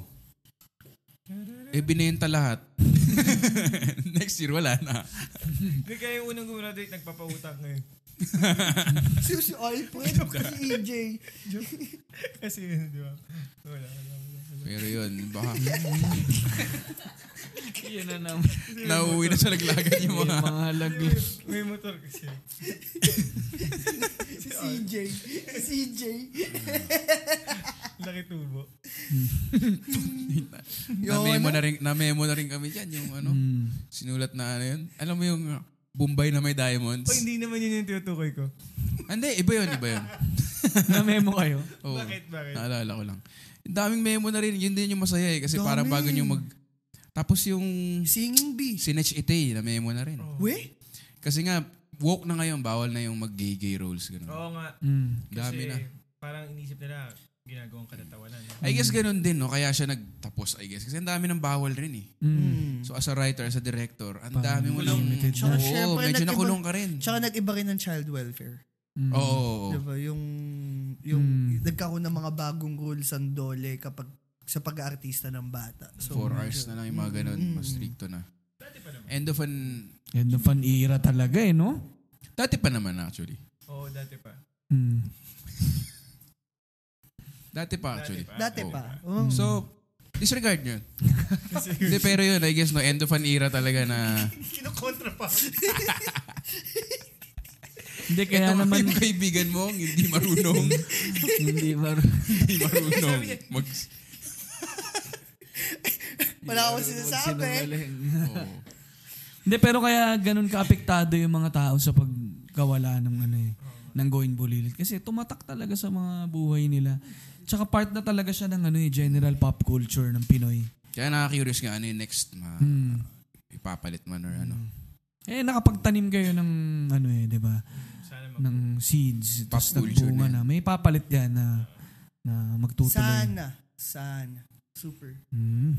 Speaker 3: Eh, binenta lahat. Next year, wala na.
Speaker 5: Hindi kaya yung unang gumraduate, nagpapautang ngayon.
Speaker 4: Si si Alfred, si E EJ.
Speaker 5: Kasi yun, di ba? Wala, wala, wala.
Speaker 3: Pero yun, baka
Speaker 6: Yan na naman.
Speaker 3: nauwi na sa laglagan yung
Speaker 6: Yung
Speaker 3: mga...
Speaker 6: mga laglag.
Speaker 5: May motor kasi.
Speaker 4: Si CJ. Si CJ.
Speaker 5: Laki tubo.
Speaker 3: na-memo na, rin, na-memo na rin kami dyan, yung ano, sinulat na ano yun. Alam mo yung uh, Bombay na may diamonds?
Speaker 5: O Oh, hindi naman yun yung tinutukoy ko.
Speaker 3: Hindi, iba yun, iba yun.
Speaker 6: Na-memo kayo.
Speaker 3: Oo.
Speaker 5: Bakit, bakit?
Speaker 3: Naalala ko lang. Ang daming memo na rin. Yun din yung masaya eh. Kasi
Speaker 4: Dami.
Speaker 3: parang bago nyo mag... Tapos yung
Speaker 4: Singing bee.
Speaker 3: Sinech Itay na memo na rin.
Speaker 5: Oh.
Speaker 4: We?
Speaker 3: Kasi nga, woke na ngayon. Bawal na yung mag-gay-gay roles. Ganun.
Speaker 5: Oo nga.
Speaker 6: Mm.
Speaker 3: Dami
Speaker 5: Oh, Kasi
Speaker 3: na.
Speaker 5: parang inisip nila, ginagawang katatawanan.
Speaker 3: I guess
Speaker 6: Mm.
Speaker 3: ganun din, no? Kaya siya nagtapos, I guess. Kasi ang dami ng bawal rin eh.
Speaker 6: Mm.
Speaker 4: Mm.
Speaker 3: So as a writer, as a director, ang dami mo lang.
Speaker 6: limited
Speaker 3: Oo,
Speaker 4: Tsaka
Speaker 6: na.
Speaker 4: syempre,
Speaker 3: medyo
Speaker 4: nag-iba-
Speaker 3: nakulong ka rin.
Speaker 4: diba- Tsaka nag-iba rin ng child welfare.
Speaker 6: Mm.
Speaker 3: Oo. oo, oo.
Speaker 4: Diba? Yung, yung
Speaker 3: Hmm.
Speaker 6: Mm.
Speaker 4: nagkaroon ng mga bagong rules ang dole kapag sa pag-aartista ng bata. So,
Speaker 3: Four hours na lang yung mga ganun.
Speaker 4: Mm.
Speaker 3: Mas stricto na. End of an...
Speaker 6: Yan na fan era talaga eh, no?
Speaker 3: Dati pa naman actually.
Speaker 5: Oo, dati pa.
Speaker 6: Mm.
Speaker 3: Dati pa actually.
Speaker 4: Dati
Speaker 3: Oo.
Speaker 4: pa. Oh.
Speaker 3: So, disregard nyo.
Speaker 5: Kasi
Speaker 3: Hindi, pero yun, I guess, no, end of an era talaga na...
Speaker 5: kinokontra pa.
Speaker 6: Hindi,
Speaker 3: Kaya
Speaker 6: kaya naman,
Speaker 3: yung kaibigan mo, ang hindi marunong,
Speaker 6: hindi ba?
Speaker 3: hindi marunong mag...
Speaker 4: Wala akong sinasabi.
Speaker 3: Oo.
Speaker 6: Hindi, pero kaya ganun kaapektado yung mga tao sa pagkawala ng ano eh, ng going bulilit. Kasi tumatak talaga sa mga buhay nila. Tsaka part na talaga siya ng ano eh, general pop culture ng Pinoy.
Speaker 3: Kaya nakaka-curious nga, ano yung next ma...
Speaker 6: Mm.
Speaker 3: Ipapalit man or ano.
Speaker 6: Eh, nakapagtanim kayo ng ano eh, di ba?
Speaker 5: Sana mag-
Speaker 6: Ng seeds.
Speaker 3: Pop
Speaker 6: Tapos
Speaker 3: culture
Speaker 6: nagbunga
Speaker 3: na
Speaker 6: na. May papalit yan na, na magtutuloy.
Speaker 4: Sana. Sana. Super.
Speaker 6: Mm.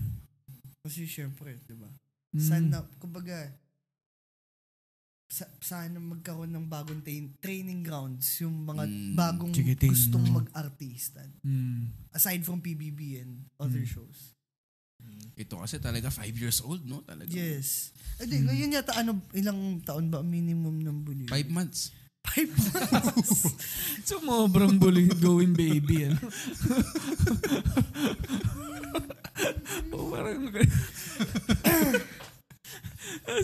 Speaker 4: Kasi syempre, di ba?
Speaker 6: Mm.
Speaker 4: Sana, kumbaga, sa, sana magkaroon ng bagong train- training grounds yung mga
Speaker 3: Mm,
Speaker 4: bagong
Speaker 6: chikiting,
Speaker 4: gustong
Speaker 6: no?
Speaker 4: mag-artista.
Speaker 6: Mm.
Speaker 4: Aside from PBB and other shows. Mm.
Speaker 3: Ito kasi talaga five years old, no? Talaga.
Speaker 4: Yes. Eh,
Speaker 6: Mm.
Speaker 4: di, yun yata ano, ilang taon ba minimum ng bully?
Speaker 3: Five months.
Speaker 4: Five months.
Speaker 6: Sumobrang bulit going baby. Ano? oh, parang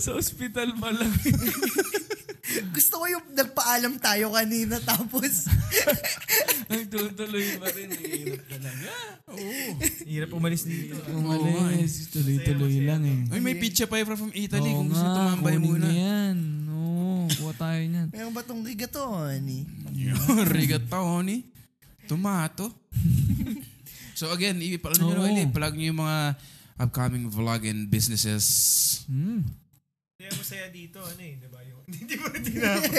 Speaker 6: sa ospital pa lang.
Speaker 4: Gusto ko yung nagpaalam tayo kanina tapos
Speaker 6: Nagtutuloy pa rin. Hirap talaga.
Speaker 5: Hirap umalis dito.
Speaker 6: Umalis. eh. Tuloy-tuloy lang eh.
Speaker 3: Ay, may pizza pa from Italy
Speaker 6: Oo
Speaker 3: kung gusto
Speaker 6: nga,
Speaker 3: tumambay
Speaker 6: kunin
Speaker 3: muna.
Speaker 6: niya yan. Oo, kuha tayo niyan.
Speaker 4: meron ba tong rigaton eh?
Speaker 3: Yun, rigatoni. Tomato. so again, i-plug nyo na
Speaker 6: Oo.
Speaker 3: ulit. Plug nyo yung mga upcoming vlog and businesses.
Speaker 4: Hmm.
Speaker 6: Mm.
Speaker 5: Kaya masaya dito, ano eh, di ba? Yung, hindi mo na tinapos.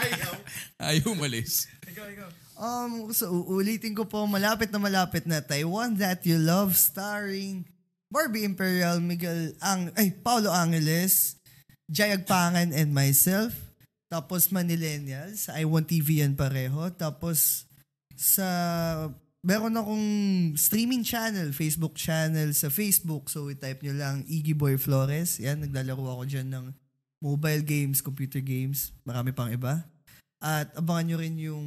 Speaker 5: Ayaw.
Speaker 3: Ay, umalis.
Speaker 5: Ikaw, ikaw.
Speaker 4: Um, so uulitin ko po, malapit na malapit na Taiwan That You Love starring Barbie Imperial, Miguel Ang ay Paulo Angeles, Jay Agpangan and myself. Tapos Manilenials, I Want TV yan pareho. Tapos sa meron akong streaming channel, Facebook channel sa Facebook. So i-type nyo lang Iggy Boy Flores. Yan, naglalaro ako dyan ng mobile games, computer games, marami pang iba. At abangan nyo rin yung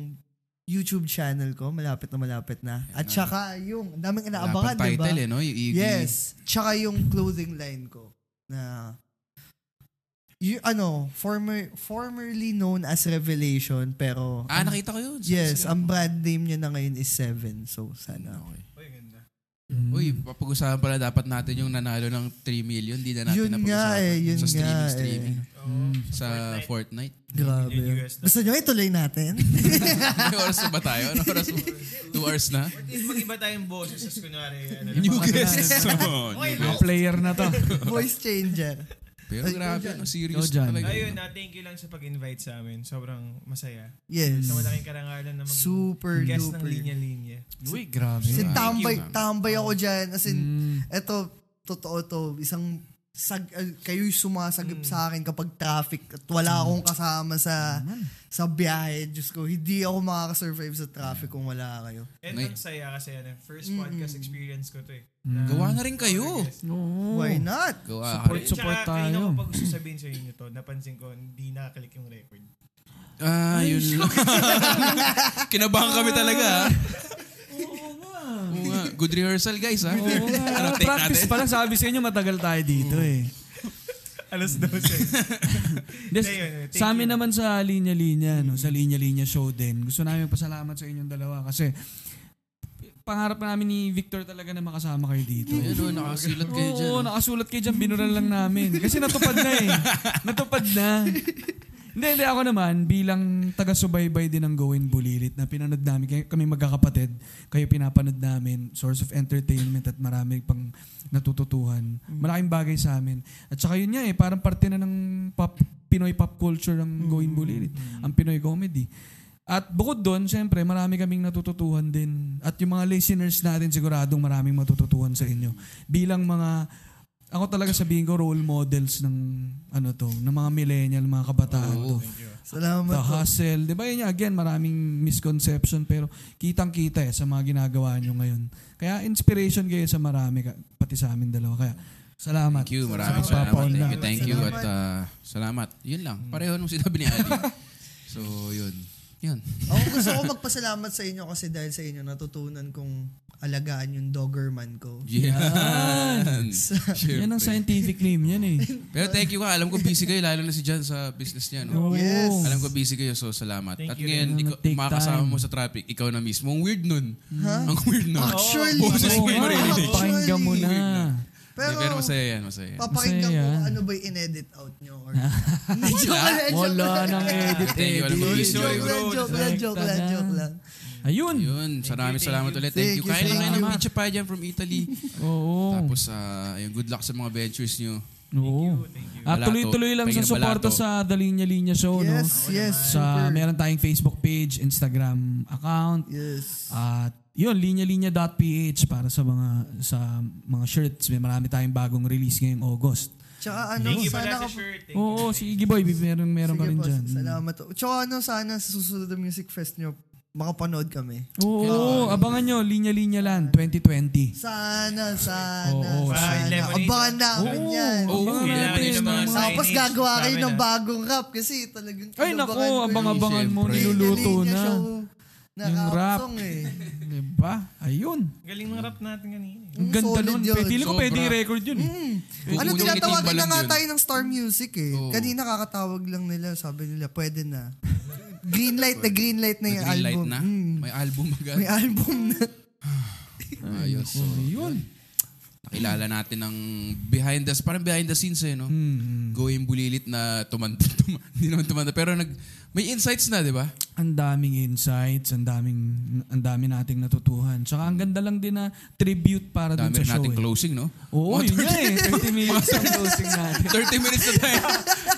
Speaker 4: YouTube channel ko, malapit na malapit na. At saka yung, ang daming
Speaker 3: Wala
Speaker 4: inaabangan,
Speaker 3: pang
Speaker 4: di ba?
Speaker 3: title eh, no? Yung Iggy.
Speaker 4: diba? Yes. Tsaka yung clothing line ko na y- ano, former formerly known as Revelation pero
Speaker 3: Ah, nakita ko yun.
Speaker 4: yes, ang brand name niya na ngayon is Seven. So sana.
Speaker 3: Okay.
Speaker 5: Uy, ganda.
Speaker 4: Mm.
Speaker 3: Uy, papag-usapan pala dapat natin yung nanalo ng 3 million. Di na natin
Speaker 4: Yun nga
Speaker 3: napag-usapan.
Speaker 4: eh, yun
Speaker 3: sa streaming,
Speaker 4: nga eh.
Speaker 3: streaming.
Speaker 5: Oo.
Speaker 3: Sa Fortnite.
Speaker 4: Grabe.
Speaker 5: Yun, yun, US na.
Speaker 4: Gusto niyo ituloy natin?
Speaker 3: May oras na ba tayo? Ano oras? 2 hours na?
Speaker 5: Eh, Mag-iba tayong boses. Tapos kunwari, ano,
Speaker 3: New guests. Oh,
Speaker 5: Okay,
Speaker 3: new
Speaker 5: no.
Speaker 3: guests.
Speaker 6: Player na to.
Speaker 4: Voice changer.
Speaker 3: Pero
Speaker 4: Ay,
Speaker 3: grabe,
Speaker 4: ikaw dyan.
Speaker 3: ano, serious
Speaker 6: Ikaw dyan.
Speaker 3: talaga.
Speaker 5: Ayun na, thank you lang sa pag-invite sa amin. Sobrang masaya.
Speaker 4: Yes.
Speaker 5: Sa malaking karangalan na mag
Speaker 4: Super
Speaker 5: guest ng
Speaker 4: duper.
Speaker 5: linya-linya.
Speaker 6: Uy, grabe.
Speaker 4: Kasi
Speaker 3: Thank
Speaker 4: tambay,
Speaker 3: you, ma'am.
Speaker 4: tambay ako dyan. As in,
Speaker 6: Mm.
Speaker 4: eto, totoo to, isang sag, uh, kayo'y sumasagip sa akin kapag traffic at wala akong kasama sa sa biyahe. Diyos ko, hindi ako makakasurvive sa traffic kung wala kayo.
Speaker 5: And
Speaker 3: Nay-
Speaker 5: ang saya kasi ano, first podcast experience ko to eh.
Speaker 3: Gawa na rin kayo.
Speaker 6: Oo.
Speaker 4: Why not?
Speaker 3: Gawa ka
Speaker 6: Support,
Speaker 3: rin.
Speaker 6: support tayo.
Speaker 5: Kaya pag gusto sabihin sa inyo to, napansin ko, hindi nakaklik yung record.
Speaker 3: Ah, yun lang. Kinabahan kami talaga. ah.
Speaker 6: Oo nga.
Speaker 3: Oo nga. Good rehearsal guys ha.
Speaker 6: Oo nga.
Speaker 3: Karate
Speaker 6: Ano, Practice
Speaker 3: natin.
Speaker 6: pa lang. Sabi sa inyo, matagal tayo dito eh.
Speaker 5: Alas 12.
Speaker 6: Des,
Speaker 5: Ayun, eh, thank
Speaker 6: sa amin
Speaker 5: you.
Speaker 6: naman sa linya-linya, no, sa linya-linya show din, gusto namin pasalamat sa inyong dalawa kasi pangarap namin ni Victor talaga na makasama kayo dito.
Speaker 3: Ayun, oh, nakasilat kayo dyan.
Speaker 6: Oo, nakasulat kayo dyan, binuran lang namin. Kasi natupad na eh. natupad na. Hindi, hindi. Ako naman, bilang taga-subaybay din ng Goin Bulilit na pinanood namin, kay- kami magkakapatid, kayo pinapanood namin, source of entertainment at marami pang natututuhan.
Speaker 3: Mm.
Speaker 6: Malaking bagay sa amin. At saka yun nga eh, parang parte na ng pop, Pinoy pop culture
Speaker 3: Mm.
Speaker 6: ang Goin Bulilit, ang Pinoy comedy. At bukod doon, syempre, marami kaming natututuhan din. At yung mga listeners natin, siguradong maraming matututuhan sa inyo. Bilang mga, ako talaga sabihin ko, role models ng, ano to, ng mga millennial, mga kabataan to. The
Speaker 4: Salamat.
Speaker 6: hustle. Di ba yun nga, again, maraming misconception pero kitang-kita eh sa mga ginagawa nyo ngayon. Kaya inspiration kayo sa marami, ka- pati sa amin dalawa. Kaya salamat.
Speaker 3: Thank you, maraming
Speaker 6: Salamat.
Speaker 3: salamat. Thank you,
Speaker 6: Salamat.
Speaker 3: thank you at ah, salamat. Yun lang, pareho nung sinabi ni Ali. so, yun. Yun.
Speaker 4: Ako gusto ko magpasalamat sa inyo kasi dahil sa inyo natutunan kong alagaan yung doggerman ko.
Speaker 3: Yan. Siyempre.
Speaker 6: Yan ang scientific name yan eh.
Speaker 3: Pero thank you ka. Alam ko busy kayo, lalo na si John sa business niya. No?
Speaker 4: Yes.
Speaker 3: Alam ko busy kayo, so salamat.
Speaker 5: Thank
Speaker 3: At
Speaker 5: you
Speaker 3: ngayon,
Speaker 6: rin.
Speaker 3: ikaw,
Speaker 6: Take
Speaker 3: makakasama
Speaker 6: time.
Speaker 3: mo sa traffic, ikaw na mismo. Ang weird nun. Ang weird nun.
Speaker 4: Actually,
Speaker 3: Boses mo yung
Speaker 6: Oo nga,
Speaker 3: marinig.
Speaker 6: Pakinggan mo na.
Speaker 3: Pero,
Speaker 4: Pero,
Speaker 3: pero masaya yan, masaya yan.
Speaker 4: papakinggan
Speaker 6: Masaya
Speaker 4: ko
Speaker 6: yan.
Speaker 4: ano ba yung in-edit out nyo or... Wala.
Speaker 6: Wala nang edit
Speaker 3: Thank you, alam mo,
Speaker 6: edit.
Speaker 3: busy.
Speaker 4: Joke lang, joke lang, joke lang,
Speaker 6: Sakta
Speaker 4: joke
Speaker 6: na.
Speaker 4: lang.
Speaker 6: Ayun.
Speaker 3: Yun, maraming salamat ulit.
Speaker 4: Thank
Speaker 3: Thank you.
Speaker 4: you,
Speaker 3: Kain lang kayo
Speaker 4: salamat.
Speaker 3: ng pizza pie dyan from Italy.
Speaker 6: Oo.
Speaker 3: Tapos, ah, ayun, good luck sa mga ventures nyo.
Speaker 6: Oo. At
Speaker 3: Balato.
Speaker 6: tuloy-tuloy lang sa
Speaker 3: Pahingin ng balato.
Speaker 6: suporta sa The Linya Linya Show, no?
Speaker 4: Yes, yes,
Speaker 6: Sa,
Speaker 4: super.
Speaker 6: meron tayong Facebook page, Instagram account,
Speaker 4: Yes.
Speaker 6: at yun, linya-linya.ph para sa mga sa mga shirts. May marami tayong bagong release ngayong August.
Speaker 4: Tsaka ano,
Speaker 5: Thank you
Speaker 4: sana
Speaker 5: pala
Speaker 4: ka...
Speaker 5: sa shirt. eh. Thank you.
Speaker 6: Oo, si Iggy Boy, meron, meron ka
Speaker 4: Sige
Speaker 6: rin
Speaker 4: po,
Speaker 6: dyan.
Speaker 4: salamat. Tsaka ano, sana sa susunod na music fest nyo, makapanood kami.
Speaker 6: Oo, abangan nyo, Linya-Linya Land 2020.
Speaker 4: Sana, sana,
Speaker 6: Oo,
Speaker 4: sana.
Speaker 5: lemonade.
Speaker 4: Abangan namin yan.
Speaker 6: Oo, abangan
Speaker 5: Kailangan
Speaker 6: natin
Speaker 5: nyo ng mga
Speaker 6: ng mga-
Speaker 5: sign.
Speaker 4: Tapos
Speaker 5: signage
Speaker 4: gagawa kayo
Speaker 5: namin,
Speaker 4: ng
Speaker 5: ah.
Speaker 4: bagong rap kasi talagang
Speaker 6: Ay,
Speaker 4: kinabahan
Speaker 6: nako,
Speaker 4: ko yung
Speaker 6: abang-abangan mo,
Speaker 3: Siyempre.
Speaker 6: niluluto
Speaker 4: Linya-Linya
Speaker 6: na.
Speaker 4: Show na
Speaker 6: Yung
Speaker 4: rap,
Speaker 6: rap.
Speaker 4: song eh.
Speaker 6: Diba? Ayun.
Speaker 5: Galing ng rap natin kanina. eh.
Speaker 6: Ang
Speaker 4: Mm,
Speaker 6: ganda
Speaker 4: solid
Speaker 6: nun.
Speaker 4: yun.
Speaker 6: Feeling ko
Speaker 3: Sobra.
Speaker 6: pwede i-record yun. eh.
Speaker 3: Kung
Speaker 4: Ano
Speaker 3: unang
Speaker 4: tinatawagan
Speaker 3: itimba
Speaker 4: na
Speaker 3: lang
Speaker 4: nga
Speaker 3: yun.
Speaker 4: tayo ng Star Music eh.
Speaker 3: Oo.
Speaker 4: Kanina kakatawag lang nila, sabi nila, pwede na. green light na green light na yung
Speaker 3: Green light
Speaker 4: album.
Speaker 3: na.
Speaker 4: Mm.
Speaker 3: May album agad.
Speaker 4: May album na.
Speaker 3: Ayos. So,
Speaker 6: Ayun.
Speaker 3: nakilala natin ng behind the, parang behind the scenes eh,
Speaker 6: Hmm.
Speaker 3: no?
Speaker 6: Mm-hmm.
Speaker 3: Going bulilit na tumanda, tum- hindi naman tumanda, pero nag, may insights na, di ba?
Speaker 6: ang daming insights, ang daming ang dami nating natutuhan. Tsaka ang ganda lang din na tribute para dun
Speaker 3: Dami rin
Speaker 6: sa show.
Speaker 3: nating
Speaker 6: Eh.
Speaker 3: closing, no?
Speaker 6: Oo,
Speaker 3: Mga
Speaker 6: yun nga eh. 30 minutes ang closing natin.
Speaker 3: 30 minutes na tayo.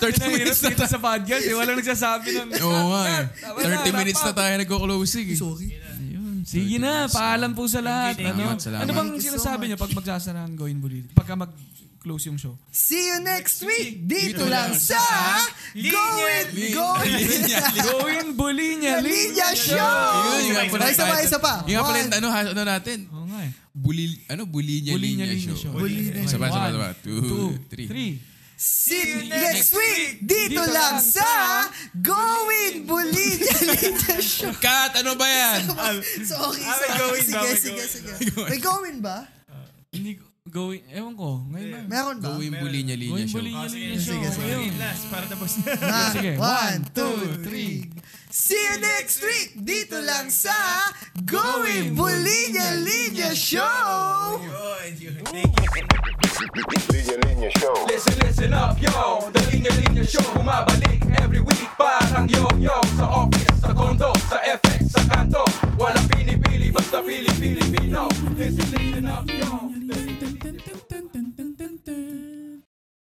Speaker 3: 30
Speaker 6: Nahirap
Speaker 3: minutes na
Speaker 6: dito sa podcast eh. Walang nagsasabi ng...
Speaker 3: Oo nga eh.
Speaker 6: Tama na,
Speaker 3: 30 minutes na
Speaker 6: wrap up.
Speaker 3: tayo nagko-closing. eh.
Speaker 4: Sorry.
Speaker 6: Ayun. Sige na, paalam po sa lahat.
Speaker 3: Thank you,
Speaker 6: Ano,
Speaker 3: thank you.
Speaker 6: ano bang
Speaker 4: Thank you so
Speaker 6: sinasabi
Speaker 4: much.
Speaker 6: niyo pag magsasara ang Going Bulit? Pagka mag-close yung show?
Speaker 4: See you next week dito lang sa
Speaker 5: Linya-
Speaker 4: Going Going
Speaker 6: Going Bulinya!
Speaker 4: Linya Show!
Speaker 3: Yun, yun. nga pala
Speaker 4: Isa pa,
Speaker 3: tayo.
Speaker 4: isa pa.
Speaker 3: Yun nga pala,
Speaker 4: One.
Speaker 3: ano, ha- ano natin?
Speaker 6: Oo nga eh.
Speaker 3: Buli, ano, bulinya,
Speaker 6: Bulinya
Speaker 3: linya,
Speaker 6: Linya
Speaker 3: show.
Speaker 6: Show.
Speaker 4: Bulinya
Speaker 3: Isa pa, isa pa, isa pa.
Speaker 6: One,
Speaker 3: Two, three.
Speaker 4: See you next week dito lang sa Going Bulinya Linya Show.
Speaker 3: Cut, ano ba yan?
Speaker 4: Sorry,
Speaker 5: Ah, may
Speaker 4: sorry.
Speaker 5: going ba?
Speaker 4: Sige,
Speaker 5: May
Speaker 4: sige,
Speaker 5: going
Speaker 4: sige. May going ba?
Speaker 6: Hindi ko- Going... eh, Ewan ko. Ngayon ba?
Speaker 4: Meron ba?
Speaker 3: Going bulinya, linya
Speaker 6: Going
Speaker 3: show.
Speaker 6: Bulinya Linya
Speaker 5: sige,
Speaker 6: Show. Ayun.
Speaker 5: Last, para tapos na.
Speaker 4: Ah,
Speaker 6: Sige,
Speaker 4: One,
Speaker 6: one,
Speaker 4: two,
Speaker 6: two,
Speaker 4: three. See you next week dito lang sa Going
Speaker 6: Going
Speaker 4: Bulinya Linya Show!
Speaker 1: Linya Linya Show.
Speaker 2: Listen, listen up, yo. The Linya Linya Show bumabalik every week. Parang yo-yo sa office, sa condo, sa FX, sa kanto. Walang pinipili, basta pili-Pilipino. Listen, listen up, yo.